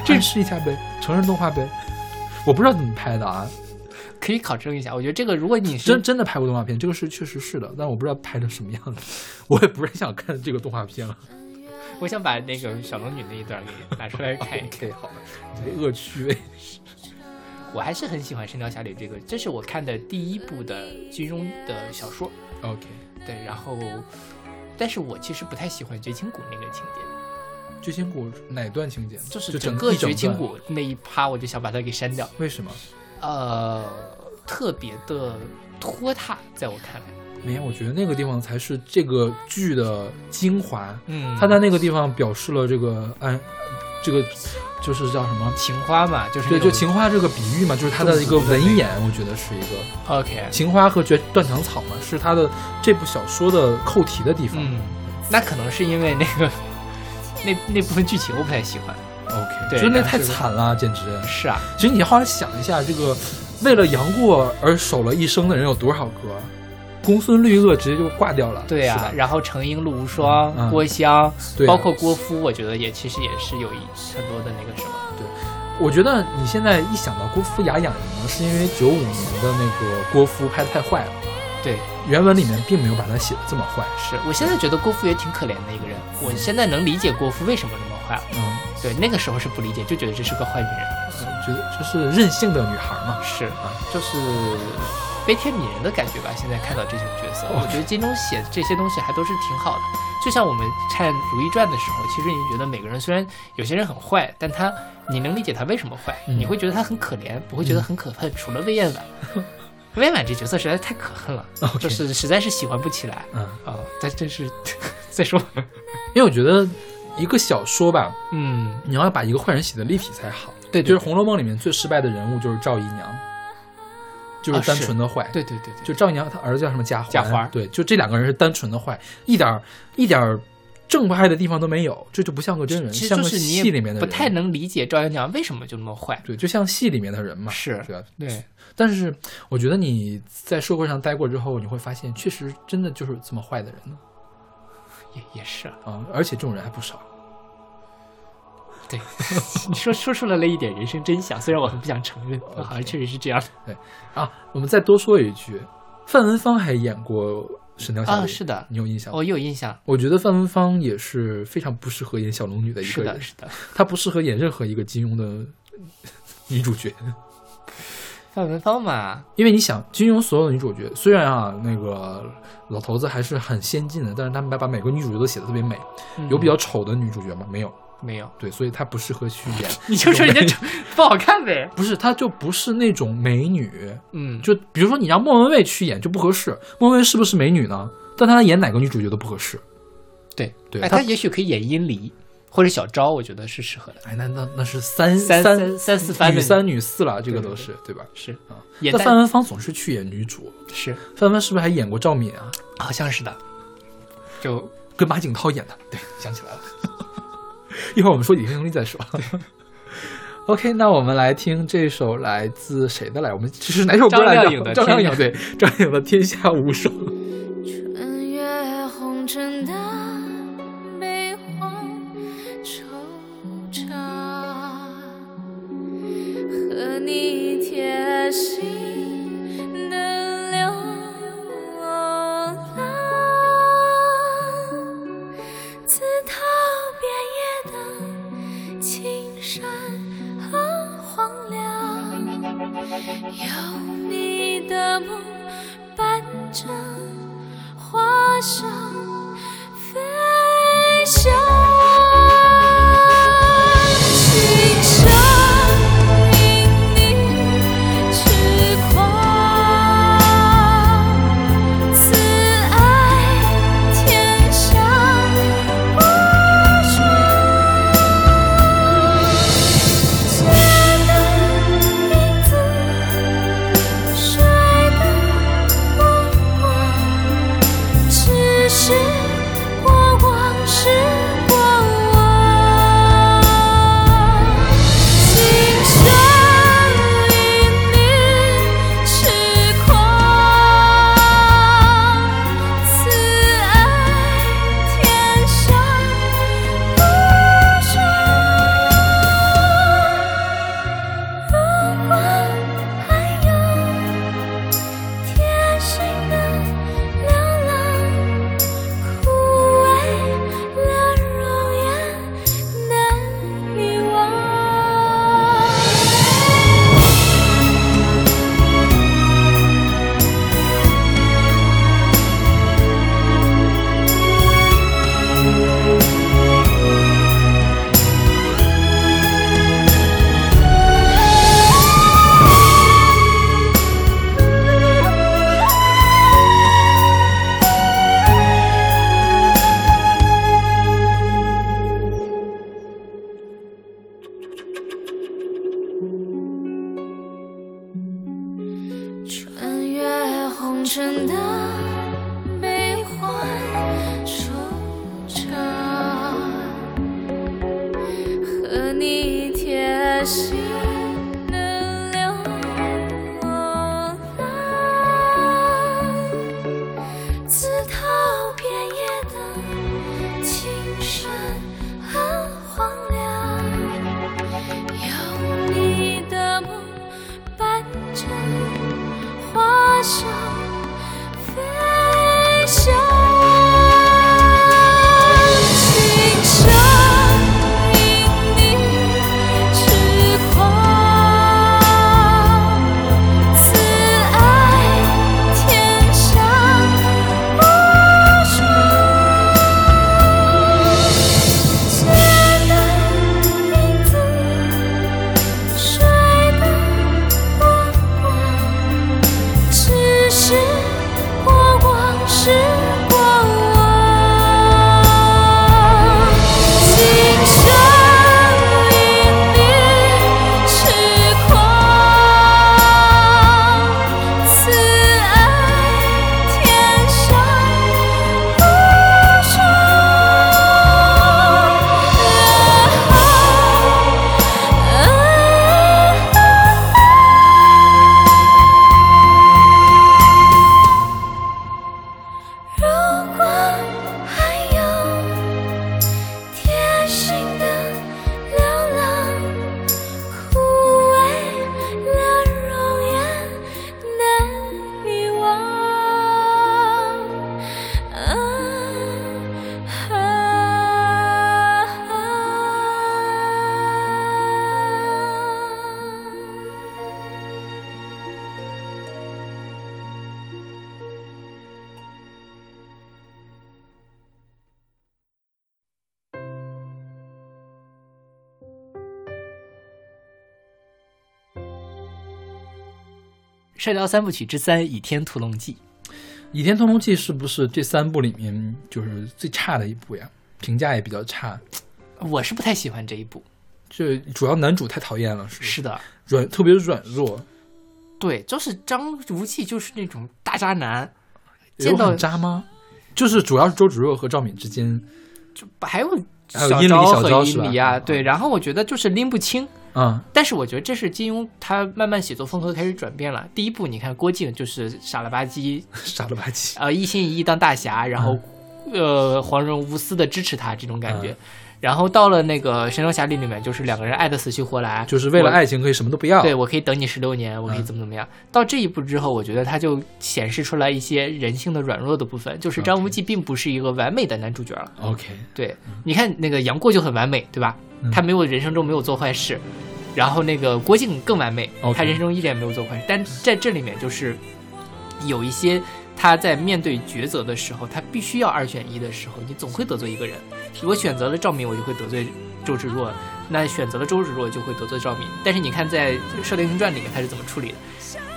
A: 这
B: 这试一下呗，成人动画呗。我不知道怎么拍的啊，
A: 可以考证一下。我觉得这个，如果你是
B: 真真的拍过动画片，这个是确实是的，但我不知道拍成什么样子，我也不是想看这个动画片了。
A: 我想把那个小龙女那一段给拿出来看一看。
B: OK，好了，你这恶趣味。
A: 我还是很喜欢《神雕侠侣》这个，这是我看的第一部的金庸的小说。
B: OK，
A: 对，然后，但是我其实不太喜欢绝情谷那个情节，
B: 绝情谷哪段情节？
A: 就是
B: 就
A: 整
B: 个
A: 个
B: 一整
A: 绝情
B: 段
A: 谷那一趴，我就想把它给删掉。
B: 为什么？
A: 呃，特别的拖沓，在我看来，
B: 没有，我觉得那个地方才是这个剧的精华。
A: 嗯
B: 他在那个地方表示了这个安，这个就是叫什么？
A: 情花嘛，就是
B: 对，
A: 那种
B: 就情花这个比喻嘛，就是他的一个文言，我觉得是一个
A: OK，
B: 情花和绝断肠草嘛，是他的这部小说的扣题的地方。
A: 嗯，那可能是因为那个那那部分剧情我不太喜欢。
B: OK，
A: 对
B: 觉得那
A: 然后
B: 太
A: 这个
B: 惨了，简直。
A: 是啊，
B: 其实你后来想一下，这个为了杨过而守了一生的人有多少个？公孙绿萼直接就挂掉了，
A: 对
B: 是
A: 啊
B: 吧，
A: 然后程英、陆无双、
B: 嗯
A: 郭襄，
B: 对啊
A: 包括郭芙，我觉得也其实也是有一很多的那个什么，
B: 我觉得你现在一想到郭芙雅养呢，是因为九五年的那个郭芙拍的太坏了，
A: 对，
B: 原文里面并没有把它写的这么坏。
A: 是我现在觉得郭芙也挺可怜的一个人，我现在能理解郭芙为什么那么坏了，
B: 嗯，
A: 对，那个时候是不理解，就觉得这是个坏女人，
B: 呃觉得就是任性的女孩嘛。
A: 是
B: 啊，
A: 就是悲天悯人的感觉吧。现在看到这种角色，我觉得金庸写这些东西还都是挺好的。就像我们看《如懿传》的时候，其实你觉得每个人虽然有些人很坏，但他你能理解他为什么坏，
B: 嗯
A: 你会觉得他很可怜，不会觉得很可恨。除了魏嬿婉， 魏嬿婉这角色实在太可恨了
B: OK
A: 就是实在是喜欢不起来。
B: 嗯，
A: 啊、但真是 再说，
B: 因为我觉得一个小说吧，
A: 嗯，
B: 你要把一个坏人写的立体才好。
A: 对对
B: 就是《
A: 对
B: 红楼梦》里面最失败的人物就是赵姨娘，就是
A: 啊
B: 单
A: 是
B: 纯的坏。
A: 对对对对，
B: 就赵姨娘她儿子叫什么贾
A: 贾环
B: 对，就这两个人是单纯的坏，一点儿一点儿正派的地方都没有，这就不像个真人，
A: 其实
B: 像
A: 就
B: 个
A: 是你
B: 戏里面
A: 也
B: 的
A: 不
B: 人。
A: 太能理解赵姨娘为什么就那么坏。
B: 对，就像戏里面的人嘛，
A: 是
B: 对吧？
A: 对，
B: 但是我觉得你在社会上待过之后，你会发现，确实真的就是这么坏的人呢
A: 也也是 啊。
B: 啊，而且这种人还不少。
A: 对，你说说出来了一点人生真相，虽然我很不想承认，
B: OK
A: 好像确实是这样的
B: 啊，我们再多说一句，范文芳还演过《神雕侠侣》
A: 啊，是的，
B: 你有印象吗？
A: 我有印象，
B: 我觉得范文芳也是非常不适合演小龙女的一
A: 是
B: 个
A: 的，
B: 人，
A: 是的，
B: 她不适合演任何一个金庸的女主角，
A: 范文芳嘛，
B: 因为你想，金庸所有的女主角虽然啊，那个老头子还是很先进的，但是他们把把每个女主角都写的特别美，
A: 嗯
B: 有比较丑的女主角吗？没有，
A: 没有？
B: 对，所以她不适合去演
A: 你就说人家丑不好看呗？
B: 不是，她就不是那种美女，
A: 嗯，
B: 就比如说你让莫文蔚去演就不合适，莫文蔚是不是美女呢？但她演哪个女主角都不合适。
A: 对
B: 对
A: 哎，
B: 他
A: 他也许可以演殷离或者小昭，我觉得是适合的，
B: 哎，那那那是三
A: 三
B: 三
A: 三三四番
B: 女
A: 的
B: 三女四了，这个都是对吧？
A: 是
B: 啊
A: 演
B: 那
A: 但
B: 范文芳总是去演女主，
A: 是
B: 范文是不是还演过赵敏啊？
A: 好像是的，就
B: 跟马景涛演的，对，想起来了。 一会儿我们说李天力再说。OK，那我们来听这首来自谁的来？我们这是哪首歌
A: 张
B: 来着？
A: 靓颖的
B: 张靓颖
A: 天
B: 对，张靓颖的《天下无双》。
F: 穿越红尘的悲欢惆怅，和你贴心的流浪，自踏遍野的青山和荒凉。有你的梦伴着花香飞翔，心上因你痴狂，慈爱天下无双，岁的影子。水的光芒，只剩
A: 射雕三部曲之三《倚天屠龙记》。
B: 《倚天屠龙记》是不是这三部里面就是最差的一部呀？评价也比较差，
A: 我是不太喜欢这一部。
B: 嗯这主要男主太讨厌了，是不
A: 是的，
B: 软，特别软弱，
A: 对，就是张无忌就是那种大渣男，
B: 有
A: 见到
B: 很渣吗？就是主要是周芷若和赵敏之间，
A: 就还有
B: 还有
A: 小
B: 殷离
A: 昭
B: 小昭
A: 和
B: 是吧
A: 殷离啊，
B: 嗯
A: 对。然后我觉得就是拎不清，
B: 啊、
A: 但是我觉得这是金庸他慢慢写作风格开始转变了。第一部你看郭靖就是傻了吧唧，
B: 傻了吧唧，
A: 呃，一心一意当大侠，然后、呃黄蓉无私的支持他这种感觉。
B: 嗯
A: 然后到了那个《神雕侠侣》里面，就是两个人爱的死去活来，
B: 就是为了
A: 我
B: 爱情可以什么都不要。
A: 对，我可以等你十六年，我可以
B: 嗯
A: 怎么怎么样。到这一步之后，我觉得他就显示出来一些人性的软弱的部分，就是张无
B: OK
A: 忌并不是一个完美的男主角了。
B: ，OK，
A: 对，你看那个杨过就很完美，对吧？他
B: 嗯
A: 没有人生中没有做坏事，然后那个郭靖更完美，他
B: OK
A: 人生中一点没有做坏事，但在这里面就是有一些他在面对抉择的时候，他必须要二选一的时候，你总会得罪一个人。我选择了赵敏，我就会得罪周芷若；那选择了周芷若，就会得罪赵敏。但是你看在《射雕英雄传》里面他是怎么处理的？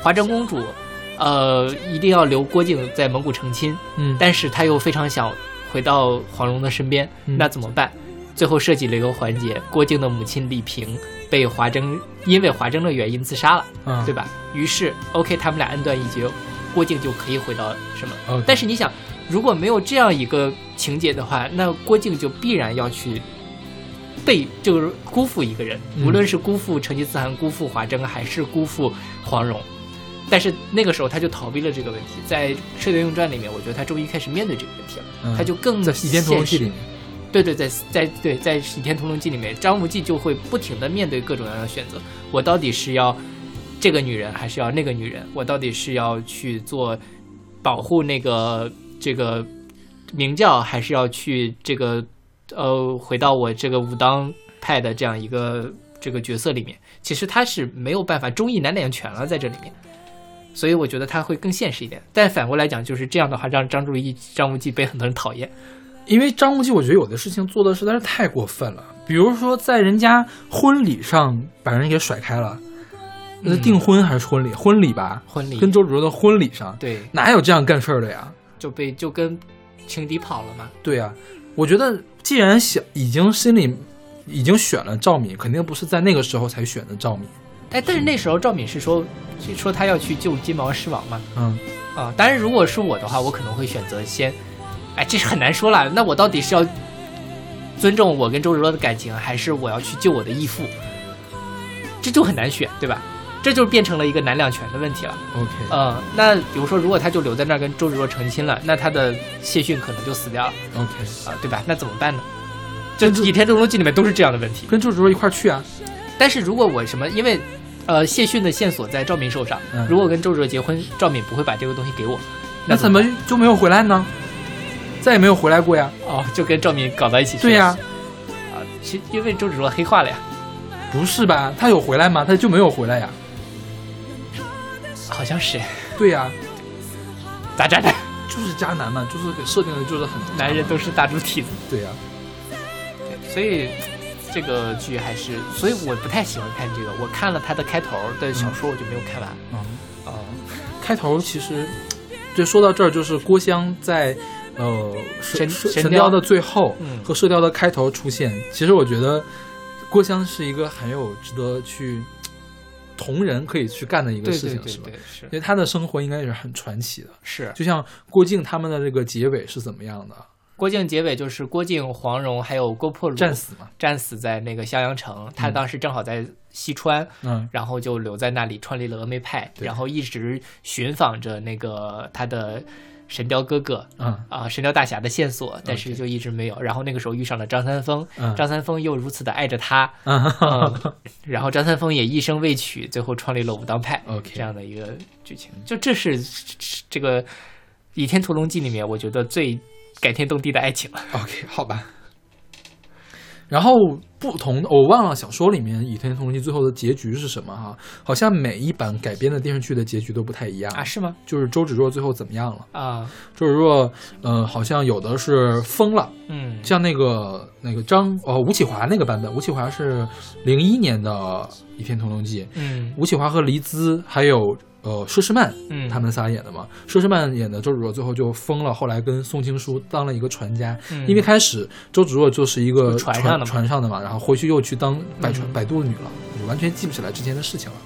A: 华筝公主，呃，一定要留郭靖在蒙古成亲，
B: 嗯，
A: 但是他又非常想回到黄蓉的身边，
B: 嗯
A: 那怎么办？最后设计了一个环节，郭靖的母亲李萍被华筝因为华筝的原因自杀了，
B: 嗯
A: 对吧？于是 OK，他们俩恩断义绝，郭靖就可以回到什么？
B: OK
A: 但是你想，如果没有这样一个情节的话，那郭靖就必然要去被就是辜负一个人，
B: 嗯
A: 无论是辜负成吉思汗、辜负华筝，还是辜负黄蓉。但是那个时候他就逃避了这个问题，在《射雕英雄传》里面，我觉得他终于开始面对这个问题了，
B: 嗯
A: 他就更
B: 在《倚天屠龙记》
A: 现实
B: 里面，
A: 对对，在在对在《倚天屠龙记》里面，张无忌就会不停的面对各种各样的选择，我到底是要这个女人，还是要那个女人？我到底是要去做保护那个这个明教，还是要去这个呃回到我这个武当派的这样一个这个角色里面？其实他是没有办法忠义难两全了，在这里面。所以我觉得他会更现实一点，但反过来讲，就是这样的话，让张注义、张无忌被很多人讨厌。
B: 因为张无忌，我觉得有的事情做的实在是太过分了，比如说在人家婚礼上把人给甩开了，那、
A: 嗯
B: 订婚还是婚礼？婚礼吧，
A: 婚礼
B: 跟周芷若的婚礼上，
A: 对，
B: 哪有这样干事儿的呀？
A: 就被就跟情敌跑了嘛。
B: 对呀、我觉得既然想已经心里已经选了赵敏，肯定不是在那个时候才选的赵敏。
A: 哎，但是那时候赵敏是说说她要去救金毛狮王嘛。
B: 嗯，
A: 啊，当然如果是我的话，我可能会选择先，哎，这是很难说了。那我到底是要尊重我跟周芷若的感情，还是我要去救我的义父？这就很难选，对吧？这就变成了一个难两全的问题了。
B: OK，
A: 呃，那比如说，如果他就留在那儿跟周芷若成亲了，那他的谢逊可能就死掉了
B: OK，
A: 啊、对吧？那怎么办呢？就《倚天屠龙记》里面都是这样的问题。
B: 跟周芷若一块儿去啊。
A: 但是如果我什么，因为呃谢逊的线索在赵敏手上，
B: 嗯
A: 如果跟周芷若结婚，赵敏不会把这个东西给我，
B: 那怎
A: 么
B: 么就没有回来呢？再也没有回来过呀。
A: 哦就跟赵敏搞到一起去了？
B: 对呀、
A: 啊，其实因为周芷若黑化了呀，
B: 不是吧？他有回来吗？他就没有回来呀。
A: 好像是
B: 对呀、
A: 大渣男，
B: 就是渣男嘛，就是给设定的就是很渣
A: 男人都是大猪蹄子，
B: 对呀、
A: 所以。这个剧还是，所以我不太喜欢看这个。我看了它的开头的小说，我就没有看完。
B: 嗯。
A: 哦、
B: 开头其实，就说到这儿，就是郭襄在呃
A: 神
B: 射
A: 神
B: 神
A: 雕
B: 雕的最后
A: 嗯
B: 和射雕的开头出现。其实我觉得郭襄是一个很有值得去同人可以去干的一个
A: 对
B: 事
A: 对
B: 情，
A: 对
B: 是吧
A: 对，？是
B: 因为他的生活应该也是很传奇的，
A: 是。
B: 就像郭靖他们的这个结尾是怎么样的，
A: 郭靖结尾就是郭靖、黄蓉还有郭破虏
B: 战死嘛，
A: 战死在那个襄阳城，他
B: 嗯
A: 当时正好在西川，
B: 嗯，
A: 然后就留在那里创立了峨眉派，
B: 对
A: 然后一直寻访着那个他的神雕哥哥
B: 嗯
A: 啊、神雕大侠的线索，但是就一直没有。然后那个时候遇上了张三丰，
B: 哦嗯
A: 张三丰又如此的爱着 他，
B: 嗯
A: 嗯然后张三丰也一生未娶，最后创立了武当派
B: OK
A: 这样的一个剧情。就这是这个《倚天屠龙记》里面我觉得最感天动地的爱情了。
B: ，OK，好吧。然后不同的，我忘了小说里面《倚天屠龙记》最后的结局是什么哈、好像每一版改编的电视剧的结局都不太一样
A: 啊？是吗？
B: 就是周芷若最后怎么样了？
A: 啊，
B: 周芷若，呃，好像有的是疯了，
A: 嗯，
B: 像那个那个张哦吴启华那个版本，吴启华是零一年的《倚天屠龙记》，
A: 嗯
B: 吴启华和黎姿还有呃佘诗曼，
A: 嗯
B: 他们仨演的嘛。佘诗曼演的周芷若最后就疯了，后来跟宋青书当了一个船家，
A: 嗯
B: 因为开始周芷若就是一个
A: 就船上的嘛嗯
B: 船上的嘛，然后回去又去当摆船、摆渡女了，我完全记不起来之前的事情了。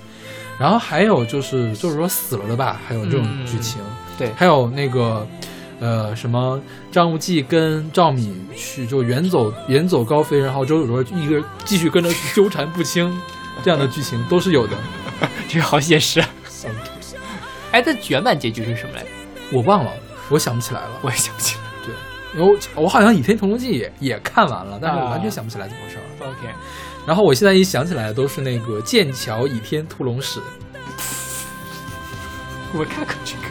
B: 然后还有就是周芷若死了的吧，还有这种
A: 嗯
B: 剧情，
A: 对
B: 还有那个。呃，什么张无忌跟赵敏去就远走远走高飞，然后周芷若一个继续跟着去纠缠不清，这样的 剧情都是有的。
A: 这个好写 实。哎，这原版结局是什么来着？
B: 我忘了，我想不起来了。
A: 我也想不起来。
B: 因为我我好像《倚天屠龙记》也也看完了，但是我
A: 啊
B: 完全想不起来怎么回事 儿了。
A: OK，
B: 然后我现在一想起来都是那个剑桥倚天屠龙史。
A: 我看过这个，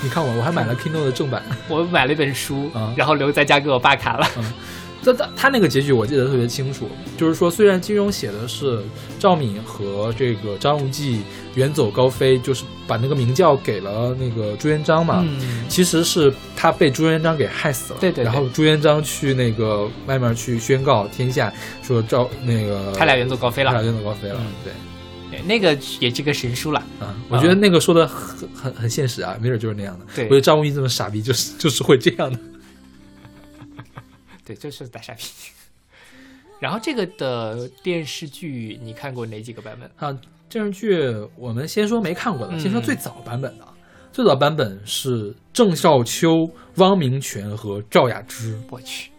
B: 你看我，我还买
A: 嗯
B: 了 Kindle 的正版。
A: 我买了一本书，
B: 啊
A: 然后留在家给我爸看了。
B: 这他他那个结局我记得特别清楚，就是说虽然金庸写的是赵敏和这个张无忌远走高飞，就是把那个明教给了那个朱元璋嘛，
A: 嗯
B: 其实是他被朱元璋给害死了。
A: 对对对
B: 然后朱元璋去那个外面去宣告天下，说赵那个
A: 他俩远走高飞
B: 他俩
A: 了，
B: 远走高飞了。
A: 嗯
B: 对。
A: 对那个也是个神书了。
B: 啊，我觉得那个说的很很很现实啊，没准就是那样的。
A: 对
B: 我觉得张无忌这么傻逼，就是就是会这样的。
A: 对，就是大傻逼。 然后这个的电视剧你看过哪几个版本？
B: 啊，电视剧我们先说没看过的，
A: 嗯
B: 先说最早版本的。啊最早版本是郑少秋、汪明荃和赵雅芝，
A: 我去，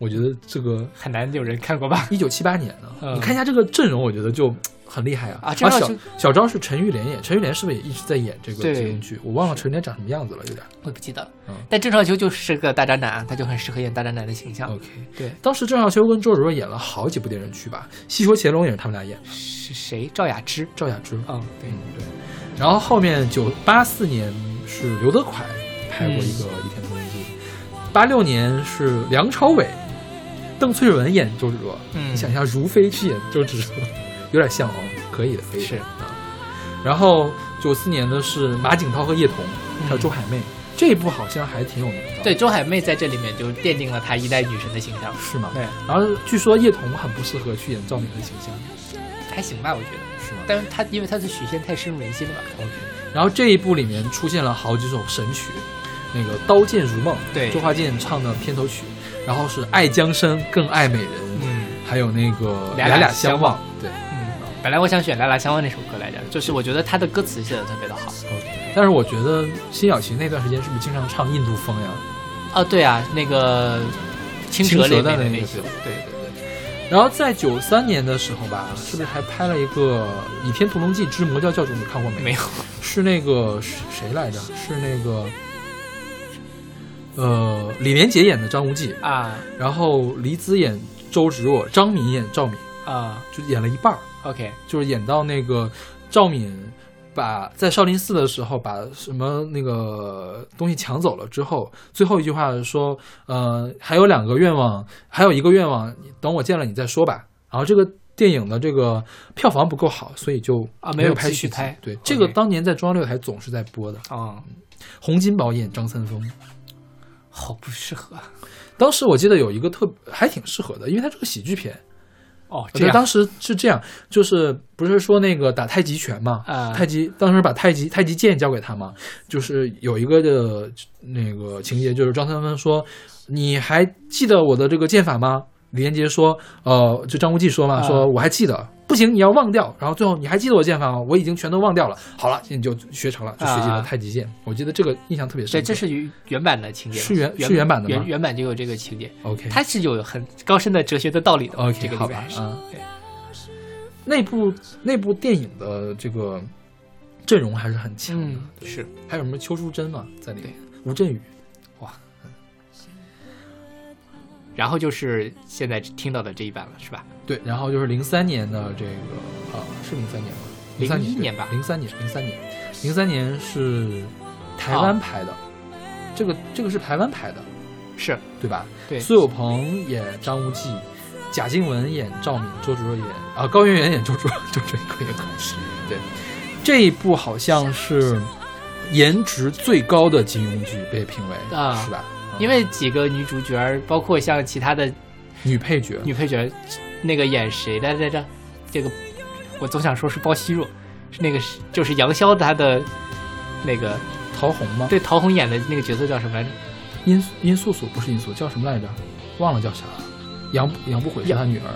B: 我觉得这个
A: 很难有人看过吧？
B: 一九七八年的，
A: 嗯
B: 你看一下这个阵容，我觉得就很厉害啊。
A: 啊郑少
B: 小
A: 秋
B: 小昭是陈玉莲演，陈玉莲是不是也一直在演这个
A: 对
B: 金庸剧？我忘了陈玉莲长什么样子了，有点。
A: 我也不记得了。
B: 嗯
A: 但郑少秋就是个大渣男，他就很适合演大渣男的形象。
B: OK，
A: 对，
B: 当时郑少秋跟周芷若演了好几部电视剧吧，《戏说乾隆》也是他们俩演的，
A: 是谁？赵雅芝。
B: 赵雅芝。
A: 嗯，对
B: 嗯，对。然后后面九八四年是刘德蒯拍过一个《
A: 嗯
B: 倚天屠龙记》，八六年是梁朝伟、邓萃雯演周芷若。
A: 嗯
B: 你想一下，如妃去演周芷若，有点像哦，可以的，可以的
A: 是
B: 啊。然后九四年的是马景涛和叶童，还有周海媚，这一部好像还挺有名的。
A: 嗯
B: 哦
A: 对，，周海媚在这里面就奠定了她一代女神的形象。
B: 是吗？
A: 对。
B: 然后据说叶童很不适合去演赵敏的形象，
A: 还行吧，我觉得。
B: 是吗？
A: 但是她因为她的曲线太深入人心了吧？
B: OK，然后这一部里面出现了好几首神曲，那个《刀剑如梦》，
A: 对
B: 周华健唱的片头曲，然后是《爱江山更爱美人》，
A: 嗯
B: 还有那个《
A: 俩
B: 俩
A: 俩相
B: 相望
A: 望》，
B: 对
A: 嗯。本来我想选《来来相望》那首歌来着，就是我觉得她的歌词写的特别的好。
B: ，OK。但是我觉得辛晓琪那段时间是不是经常唱印度风呀？
A: 哦，对啊，那个青
B: 青
A: 蛇
B: 蛇
A: 里面
B: 的
A: 的
B: 那
A: 那
B: 个
A: 首，
B: 对对对。然后在九三年的时候吧，是不是还拍了一个《倚天屠龙记之魔教教主》？你看过没？
A: 没有。
B: 是那个是谁来着？是那个呃李连杰演的张无忌。
A: 啊
B: 然后黎姿演周芷若，张敏演赵敏，
A: 啊
B: 就演了一半儿，
A: ，OK，
B: 就是演到那个赵敏把在少林寺的时候把什么那个东西抢走了之后，最后一句话是说，呃，还有两个愿望，还有一个愿望，等我见了你再说吧。然后这个。电影的这个票房不够好，所以就
A: 啊
B: 没
A: 没有
B: 拍
A: 继续
B: 续集
A: 拍
B: 对
A: OK，
B: 这个当年在中央六台总是在播的。
A: 哦，
B: 洪金宝演张三丰，
A: 好不适合啊
B: 当时我记得有一个特还挺适合的，因为它是个喜剧片，
A: 哦，
B: 我
A: 这
B: 觉得
A: 样
B: 当时是这样，就是不是说那个打太极拳嘛？
A: 啊
B: 太极当时把太极太极剑交给他嘛，就是有一个的那个情节，就是张三丰说：“你还记得我的这个剑法吗？”李连杰说：“呃，就张无忌说嘛，
A: 啊
B: 说我还记得。”不行，你要忘掉。然后最后你还记得我剑法吗？我已经全都忘掉了。好了，你就学成了，就学习了
A: 啊
B: 太极剑。我记得这个印象特别深
A: 对，
B: 刻。
A: 这是原原版的情节吗，
B: 是原是原版的吗
A: 原原版就有这个情节，
B: OK，
A: 它是有很高深的哲学的道理的。
B: OK，
A: 这个
B: 好
A: 里
B: 吧
A: 面还是
B: 啊
A: 对
B: 那部那部电影的这个阵容还是很强的。
A: 嗯
B: 对
A: 是
B: 还有什么邱淑贞嘛，在里面，吴镇宇，
A: 然后就是现在听到的这一版了，是吧？
B: 对，然后就是零三年的这个啊，是零三年吗？零三
A: 01年吧
B: 零三年，零三年，零三年是台
A: 哦
B: 湾拍的，这个这个是台湾拍的，
A: 是
B: 对吧？
A: 对
B: 苏有朋演张无忌，贾静雯演赵敏，周芷若演啊，高圆圆演周芷若， 周芷若也可惜。对，这一部好像是颜值最高的金庸剧，被评为
A: 啊
B: 是吧？啊
A: 因为几个女主角儿，包括像其他的
B: 女配角
A: 女配角儿，那个演谁来着？这个我总想说是包惜若，是那个是就是杨逍她的那个
B: 陶虹吗？
A: 对陶虹演的那个角色叫什么来着？
B: 殷素殷素素不是殷素，叫什么来着？忘了叫啥了。杨不杨不悔是他女儿，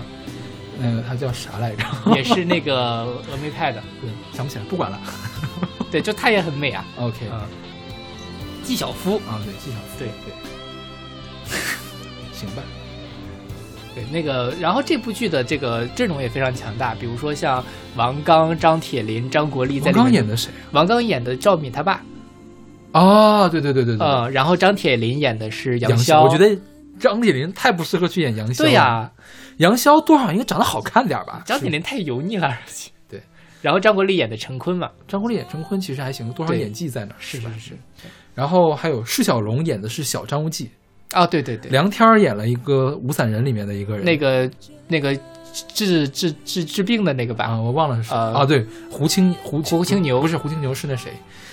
B: 那个她叫啥来着？
A: 也是那个峨眉派的，
B: 对，想不起来，不管了。
A: 对，就她也很美啊，
B: OK 啊，
A: 纪晓芙，
B: 对，纪晓芙，
A: 对
B: 对， 行吧，
A: 对那个，然后这部剧的这个阵容也非常强大，比如说像王刚、张铁林、张国立在
B: 王
A: 里
B: 刚
A: 面
B: 演的谁
A: 王刚演的赵敏他爸，
B: 啊？哦，对对对对对，
A: 嗯，然后张铁林演的是
B: 杨
A: 潇，
B: 我觉得张铁林太不适合去演杨潇了。
A: 对呀、
B: 杨潇多少应该长得好看点吧？
A: 张铁
B: 是
A: 林太油腻了，而且
B: 对。
A: 然后张国立演的陈坤嘛，
B: 张国立演陈坤其实还行，多少
A: 对
B: 演技在那儿。
A: 是
B: 吧
A: 是？
B: 是。然后还有释小龙演的是小张无忌，
A: 啊，对对对，
B: 梁天儿演了一个《五散人》里面的一个人。
A: 那个那个治治治治病的那个吧，
B: 啊，我忘了是
A: 呃
B: 啊，对，胡青胡
A: 胡青牛
B: 不是胡青牛是那谁？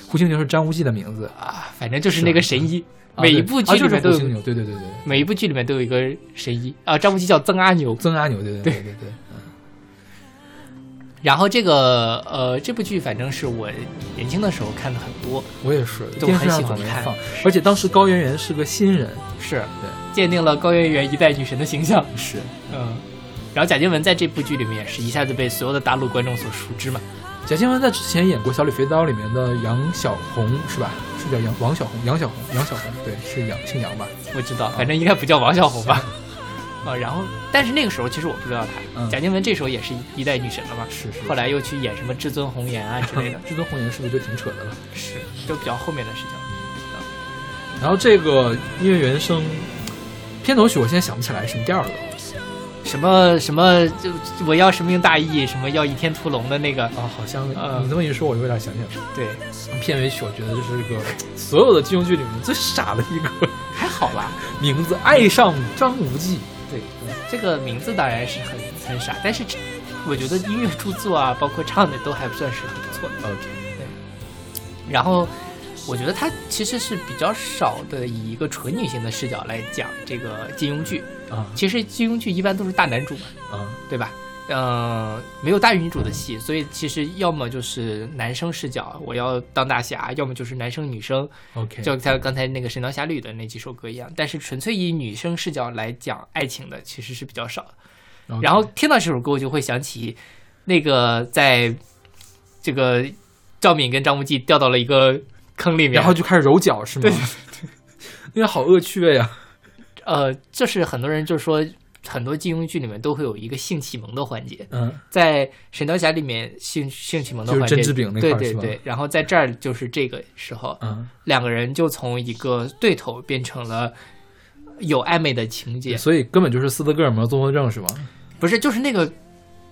B: 胡青牛是张无忌的名字。啊
A: 啊，反正就是那个神医，每
B: 对
A: 一部
B: 啊
A: 剧里
B: 就是
A: 面都
B: 胡
A: 有
B: 青牛，对对对对，对
A: 每一部剧里面都有一个神医啊，张无忌叫曾阿牛。
B: 曾阿牛，对对对对对对。
A: 然后这个呃，这部剧反正是我年轻的时候看的很多，
B: 我也是，
A: 就
B: 电视
A: 很
B: 上
A: 喜
B: 总
A: 欢
B: 是
A: 看
B: 放，而且当时高圆圆是个新人，
A: 是
B: 对
A: 奠定了高圆圆一代女神的形象。
B: 是，
A: 嗯，然后贾静雯在这部剧里面也是一下子被所有的大陆观众所熟知嘛。
B: 贾静雯在之前演过《小李飞刀》里面的杨小红是吧？是叫杨王小红，杨小红，杨小红，对，是杨，姓杨吧？
A: 我知道，反正应该不叫王小红吧。 啊，然后，但是那个时候其实我不知道她，
B: 嗯
A: 贾静雯这时候也是一代女神了嘛。
B: 是是，
A: 后来又去演什么《至尊红颜》啊之类的
B: 至尊红颜是 不是就挺扯的了？
A: 是都比较后面的事情了。
B: 然后这个音乐原声片头曲，我现在想不起来什么调了。
A: 什么什么，就我要什么命大义，什么要倚天屠龙的那个，
B: 啊，好像
A: 呃
B: 你这么一说，我有点想起来了。
A: 对，
B: 片尾曲，我觉得这是一个所有的金庸剧里面最傻的一个
A: 还好吧。
B: 名字，爱上张无忌。
A: 对，这个名字当然是很很傻，但是这我觉得音乐著作啊，包括唱的都还算是很不错的。
B: OK，
A: 然后我觉得它其实是比较少的，以一个纯女性的视角来讲这个金庸剧。
B: 啊
A: 其实金庸剧一般都是大男主嘛，
B: 啊，
A: 对吧？呃，没有大女主的戏，所以其实要么就是男生视角，我要当大侠；要么就是男生女生，
B: OK，
A: 就像刚才那个《神雕侠侣》的那几首歌一样。但是纯粹以女生视角来讲爱情的，其实是比较少的。然后听到这首歌，我就会想起那个在这个赵敏跟张无忌掉到了一个坑里面，
B: 然后就开始揉脚是吗？
A: 对，
B: 那个好恶趣味啊。
A: 呃，就是很多人就说，很多金庸剧里面都会有一个性启蒙的环节，
B: 嗯，
A: 在《神雕侠》里面性性启蒙的
B: 就是
A: 环节，
B: 甄志炳那块
A: 对
B: 儿
A: 对
B: 是吧
A: 对，然后在这儿就是这个时候，
B: 嗯，
A: 两个人就从一个对头变成了。有暧昧的情节，
B: 所以根本就是斯德哥尔摩综合症是吗？
A: 不是，就是那个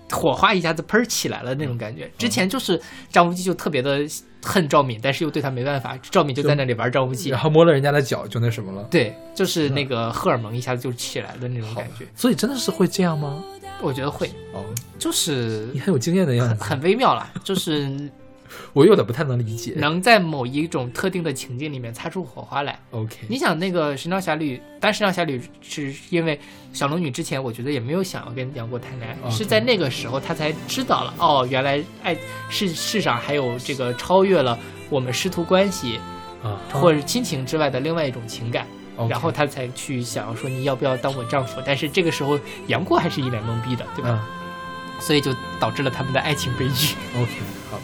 A: 火花一下子喷儿起来了那种感觉。之前就是张无忌就特别的恨赵敏，但是又对他没办法，赵敏就在那里玩张无忌
B: 然。后摸了人家的脚就那什么了。
A: 对，就是那个荷尔蒙一下子就起来的那种感觉，
B: 所以真的是会这样吗？
A: 我觉得会，
B: 哦，
A: 就是
B: 你很有经验的样
A: 很
B: 子，
A: 很微妙了，就是
B: 我有点不太能理解。
A: 能在某一种特定的情境里面擦出火花来。
B: OK，
A: 你想那个《神雕侠侣》，当然《神雕侠侣》是因为小龙女之前，我觉得也没有想要跟杨过谈恋爱，
B: OK
A: 是在那个时候她才知道了，哦，原来爱世世上还有这个超越了我们师徒关系
B: 啊，
A: 或者亲情之外的另外一种情感，
B: OK
A: 然后她才去想要说你要不要当我丈夫，但是这个时候杨过还是一脸懵逼的，对吧？
B: 啊
A: 所以就导致了他们的爱情悲剧。
B: ，OK，好吧。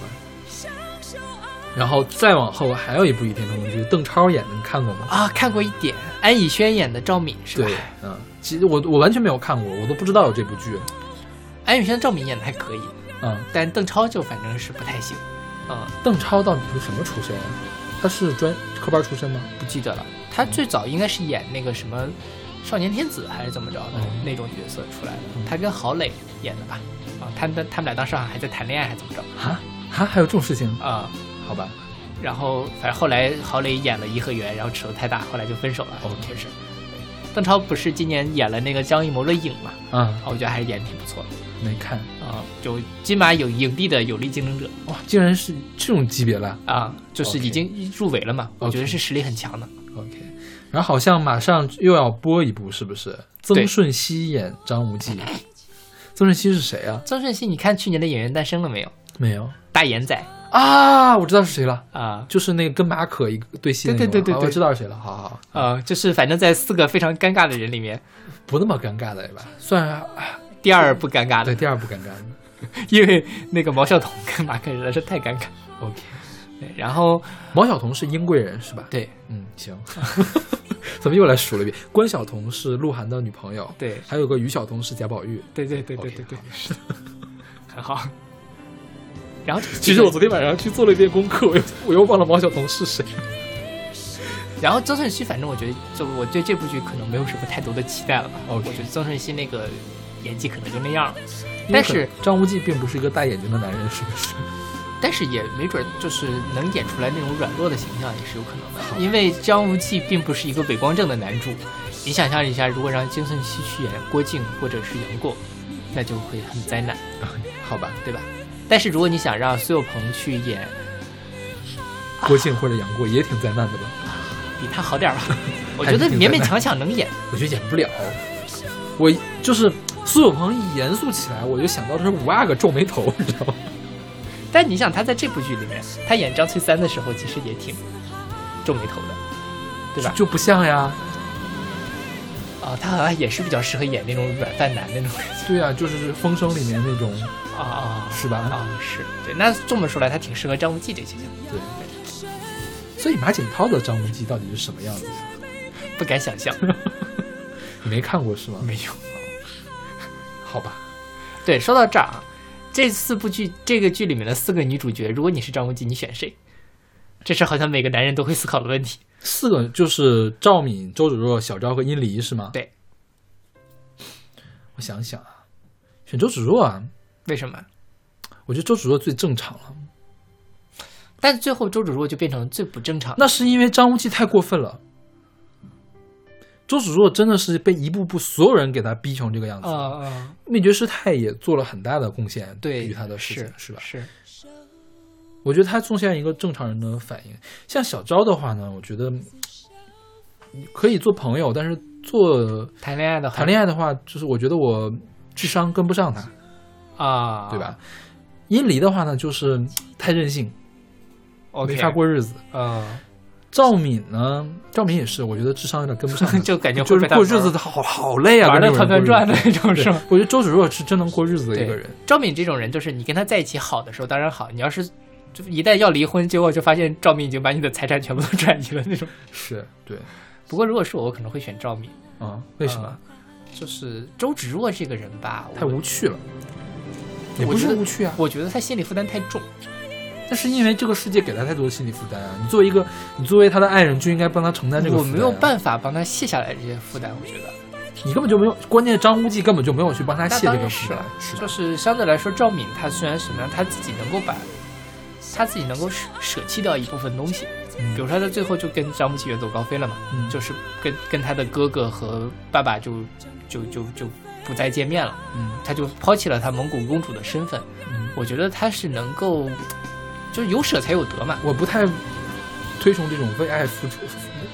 B: 然后再往后还有一部《倚天屠龙记》，邓超演的，你看过吗？
A: 啊，看过一点，安以轩演的赵敏是吧
B: 对？，嗯，其实我我完全没有看过，我都不知道有这部剧。
A: 安以轩赵敏演的还可以，
B: 嗯，
A: 但邓超就反正是不太行，嗯。
B: 邓超到底是什么出身啊？他是专科班出身吗？
A: 不记得了。他最早应该是演那个什么少年天子还是怎么着的、
B: 嗯
A: 那种角色出来的，他跟郝蕾演的吧？啊，他们他们俩当时好像还在谈恋爱还怎么着
B: 啊啊，还有这种事情？
A: 啊、
B: 好吧
A: 然后反正后来郝蕾演了颐和园，然后尺度太大，后来就分手了。
B: OK
A: 这是。对邓超不是今年演了那个张艺谋的《影》嘛？
B: 啊，
A: 啊我觉得还是演得挺不错的
B: 没看。
A: 啊、就金马有影帝的有力竞争者
B: 哇，竟然是这种级别了。
A: 啊、就是已
B: OK
A: 经入围了嘛我觉得
B: OK
A: 是实力很强的。
B: OK，然后好像马上又要播一部，是不是？曾
A: 对
B: 舜晞演张无 忌。曾舜晞是谁啊？
A: 曾舜晞，你看去年的《演员诞生》了没有？
B: 没有
A: 大眼仔
B: 啊，我知道是谁了，
A: 啊
B: 就是那个跟马可一个对戏的那个
A: 对对对对
B: 啊
A: 对
B: 我知道是谁了，好好，好
A: 呃，就是反正在四个非常尴尬的人里面，
B: 不那么尴尬的对吧？算啊，
A: 第二不尴尬
B: 对，
A: 的，
B: 第二不尴尬的
A: 因为那个毛晓彤跟马克实在是太尴尬。
B: ，OK。
A: 对，然后
B: 毛晓彤是殷贵人是吧？
A: 对
B: 嗯，行， 怎么又来数了一遍？关晓彤是鹿晗的女朋友，
A: 对
B: 还有个于晓彤是贾宝玉。
A: 对对对对对对，是很好。然后
B: 其实我昨天晚上去做了一遍功课，我又我又忘了毛晓彤是谁。
A: 然后曾舜晞，反正我觉得就我对这部剧可能没有什么太多的期待了吧。
B: OK
A: 我觉得曾舜晞那个演技可能就那样了，但是
B: 张无忌并不是一个大眼睛的男人，是不 是？
A: 但是也没准就是能演出来那种软弱的形象也是有可能的，因为张无忌并不是一个伪光正的男主。你想象一下，如果让曾舜晞去演郭靖或者是杨过，那就会很灾难，
B: 好吧，
A: 对吧？但是如果你想让苏有朋去演
B: 郭靖或者杨过也挺灾难的吧？
A: 比他好点儿吧， 我
B: 还
A: 觉
B: 是
A: 得
B: 挺
A: 勉
B: 灾
A: 勉
B: 难
A: 强强能演。
B: 我觉得演不了。我就是苏有朋一严肃起来，我就想到的是五阿哥皱眉头，你知道吗？
A: 但你想，他在这部剧里面，他演张翠三的时候，其实也挺皱眉头的，对吧？
B: 就不像呀。
A: 啊、他好像也是比较适合演那种软饭男那种感觉
B: 对呀、就是《风声》里面那种，
A: 啊
B: 是吧？
A: 啊啊！是对，那这么说来，他挺适合张无忌这形象，
B: 所以马景涛的张无忌到底是什么样子？
A: 不敢想象。
B: 你 没看过是吗？
A: 没有。
B: 好吧，
A: 对，说到这儿啊，这四部剧这个剧里面的四个女主角，如果你是张无忌，你选谁？这是好像每个男人都会思考的问题。
B: 四个就是赵敏、周芷若、小昭和殷离是吗？
A: 对。
B: 我想想啊，选周芷若啊，
A: 为什么？
B: 我觉得周芷若最正常了。
A: 但最后周芷若就变成最不正常的。
B: 啊那是因为张无忌太过分了。周芷若真的是被一步步所有人给她逼成这个样子。
A: 啊啊，
B: 灭绝师太也做了很大的贡献，
A: 对，
B: 于她的事情
A: 是
B: 是吧？
A: 是，
B: 我觉得他贡献一个正常人的反应。像小昭的话呢，我觉得嗯可以做朋友，但是做
A: 谈恋爱的话
B: 谈恋爱的话，就是我觉得我智商跟不上他，
A: 啊，
B: 对吧？殷离的话呢，就是嗯太任性，
A: 哦？OK，
B: 没法过日子。
A: 啊，
B: 赵敏呢，赵敏也是，我觉得智商有点跟不 上她，
A: 就感觉
B: 就
A: 会
B: 是
A: 被他
B: 过
A: 玩
B: 日子好好累啊，
A: 玩的
B: 跟
A: 团
B: 这
A: 团转的
B: 种人过日
A: 那
B: 子
A: 种，是
B: 对
A: 吗？
B: 我觉得周芷若是真能过日子的一个人，
A: 赵敏这种人，就是你跟他在一起好的时候当然好，你要是就一旦要离婚，结果就发现赵敏已经把你的财产全部都转移了那种。
B: 是对
A: 不过如果是我，我可能会选赵敏，
B: 啊，为什么、
A: 啊就是周芷若这个人吧，
B: 太
A: 我
B: 无趣了？也
A: 我
B: 不
A: 觉
B: 是
A: 得
B: 无趣啊，
A: 我觉得他心理负担太重。
B: 那是因为这个世界给他太多的心理负担啊！你作为一个，你作为他的爱人，就应该帮他承担这个
A: 我
B: 负担、啊
A: 没有，办法帮他卸下来这些负担，我觉得
B: 你根本就没有。关键张无忌根本就没有去帮他
A: 那
B: 卸
A: 当
B: 这个
A: 然
B: 负
A: 是
B: 担
A: 了，，
B: 是吧？
A: 就是啊相对来说，赵敏她虽然什么样，她自己能够把，她自己能够舍舍弃掉一部分东西，
B: 嗯
A: 比如说她最后就跟张无忌远走高飞了嘛，
B: 嗯
A: 就是跟跟他的哥哥和爸爸就就就就不再见面了，
B: 嗯
A: 他就抛弃了他蒙古公主的身份。
B: 嗯，
A: 我觉得他是能够，就是有舍才有得嘛。
B: 我不太推崇这种为爱付出、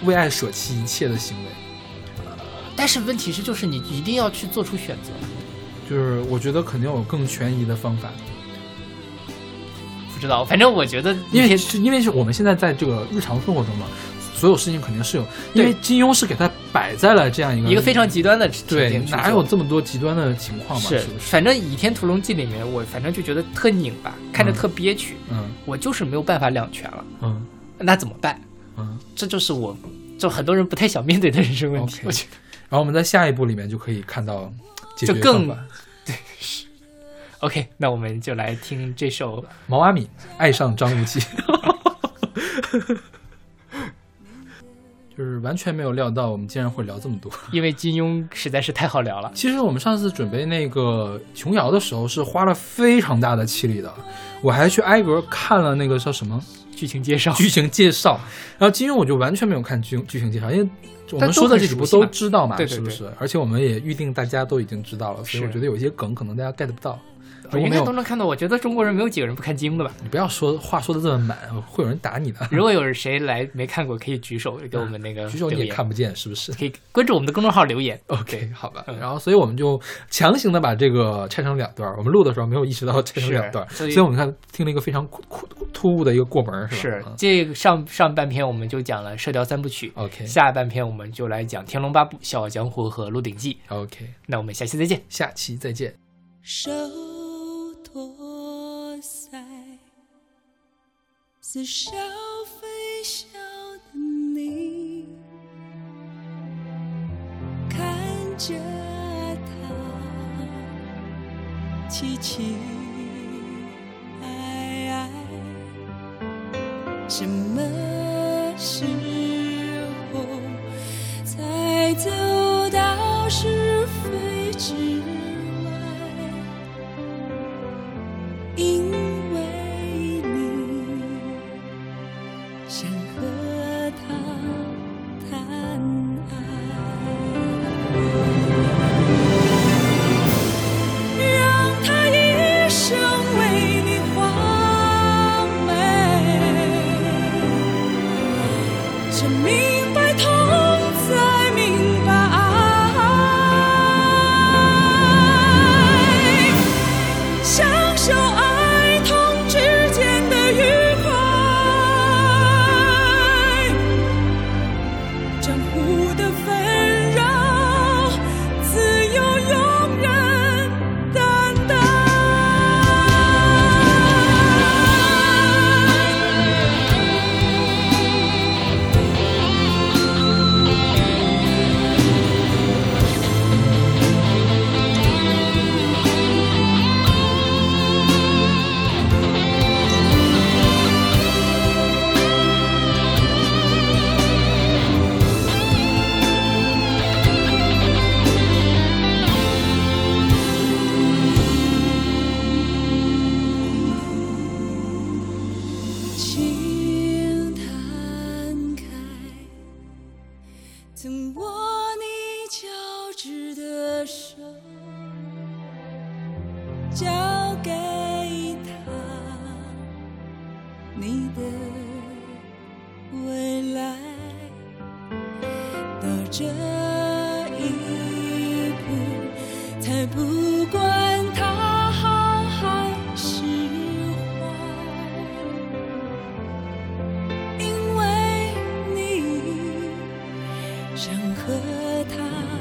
B: 为爱舍弃一切的行为。
A: 但是问题是，就是你一定要去做出选择。
B: 就是我觉得肯定有更权宜的方法，
A: 不知道，反正我觉得
B: 因为是因为是我们现在在这个日常生活中嘛，所有事情肯定是有，因为
A: 对
B: 金庸是给他摆在了这样一个
A: 一个非常极端的情
B: 对
A: 境去
B: 哪
A: 做
B: 有这么多极端的情况嘛？
A: 是
B: 是不，是？
A: 反正《倚天屠龙记》里面，我反正就觉得特拧巴，看着特憋屈，
B: 嗯
A: 我就是没有办法两全了，
B: 嗯
A: 那怎么办？
B: 嗯。
A: 这就是我，就很多人不太想面对的人生问题。
B: OK
A: 我觉得
B: 然后我们在下一步里面就可以看到解决
A: 就更
B: 方法
A: OK，那我们就来听这首
B: 毛阿敏爱上张无忌， 就是完全没有料到我们竟然会聊这么多。
A: 因为金庸实在是太好聊了。
B: 其实我们上次准备那个琼瑶的时候是花了非常大的气力的，我还去挨个看了那个叫什么
A: 剧情介绍，
B: 剧情介绍，然后金庸我就完全没有看剧剧情介绍，因为。我们
A: 但都
B: 说的
A: 很
B: 这几部
A: 熟悉
B: 都
A: 嘛
B: 知道嘛，
A: 对对
B: 是不
A: 对
B: 是？而且我们也预定大家都已经知道了，所以
A: 是
B: 哦我觉得有一些梗可能大家 get 不到。如果
A: 应
B: 没
A: 该
B: 有
A: 都能看到。我觉得中国人没有几个人不看经的吧。
B: 你不要说话说的这么满，会有人打你 的。
A: 如果有谁来没看过，可以举手给我们那个
B: 举手你
A: 留
B: 也
A: 言
B: 看不见，是不是？
A: 可以关注我们的公众号留言。
B: OK，好吧
A: 嗯。
B: 然后，所以我们就强行的把这个拆成两段儿。我们录的时候没有意识到拆成
A: 是
B: 两段儿，
A: 所
B: 所
A: 以
B: 以我们看听了一个非常突突兀的一个过门儿，
A: 是
B: 吧？
A: 这个上上半篇我们就讲了《射雕三部曲》
B: 嗯 OK
A: 下半篇我们就来讲《天龙八部》《笑傲江湖》和《鹿鼎记》。
B: OK，
A: 那我们下期再见。
B: 下期再见。
C: 手托腮，似笑非笑的你，看着他凄凄哀哀，什么时候才走到是非之外？因为你想和他谈爱，让他一生为你画眉。真明白痛，才明白爱，享受爱痛之间的愉快，江湖的纷扰，自由永远担待。请摊开，曾握你交织的手，交给他你的未来，到这一步，才不管它好还是坏。因为你想和他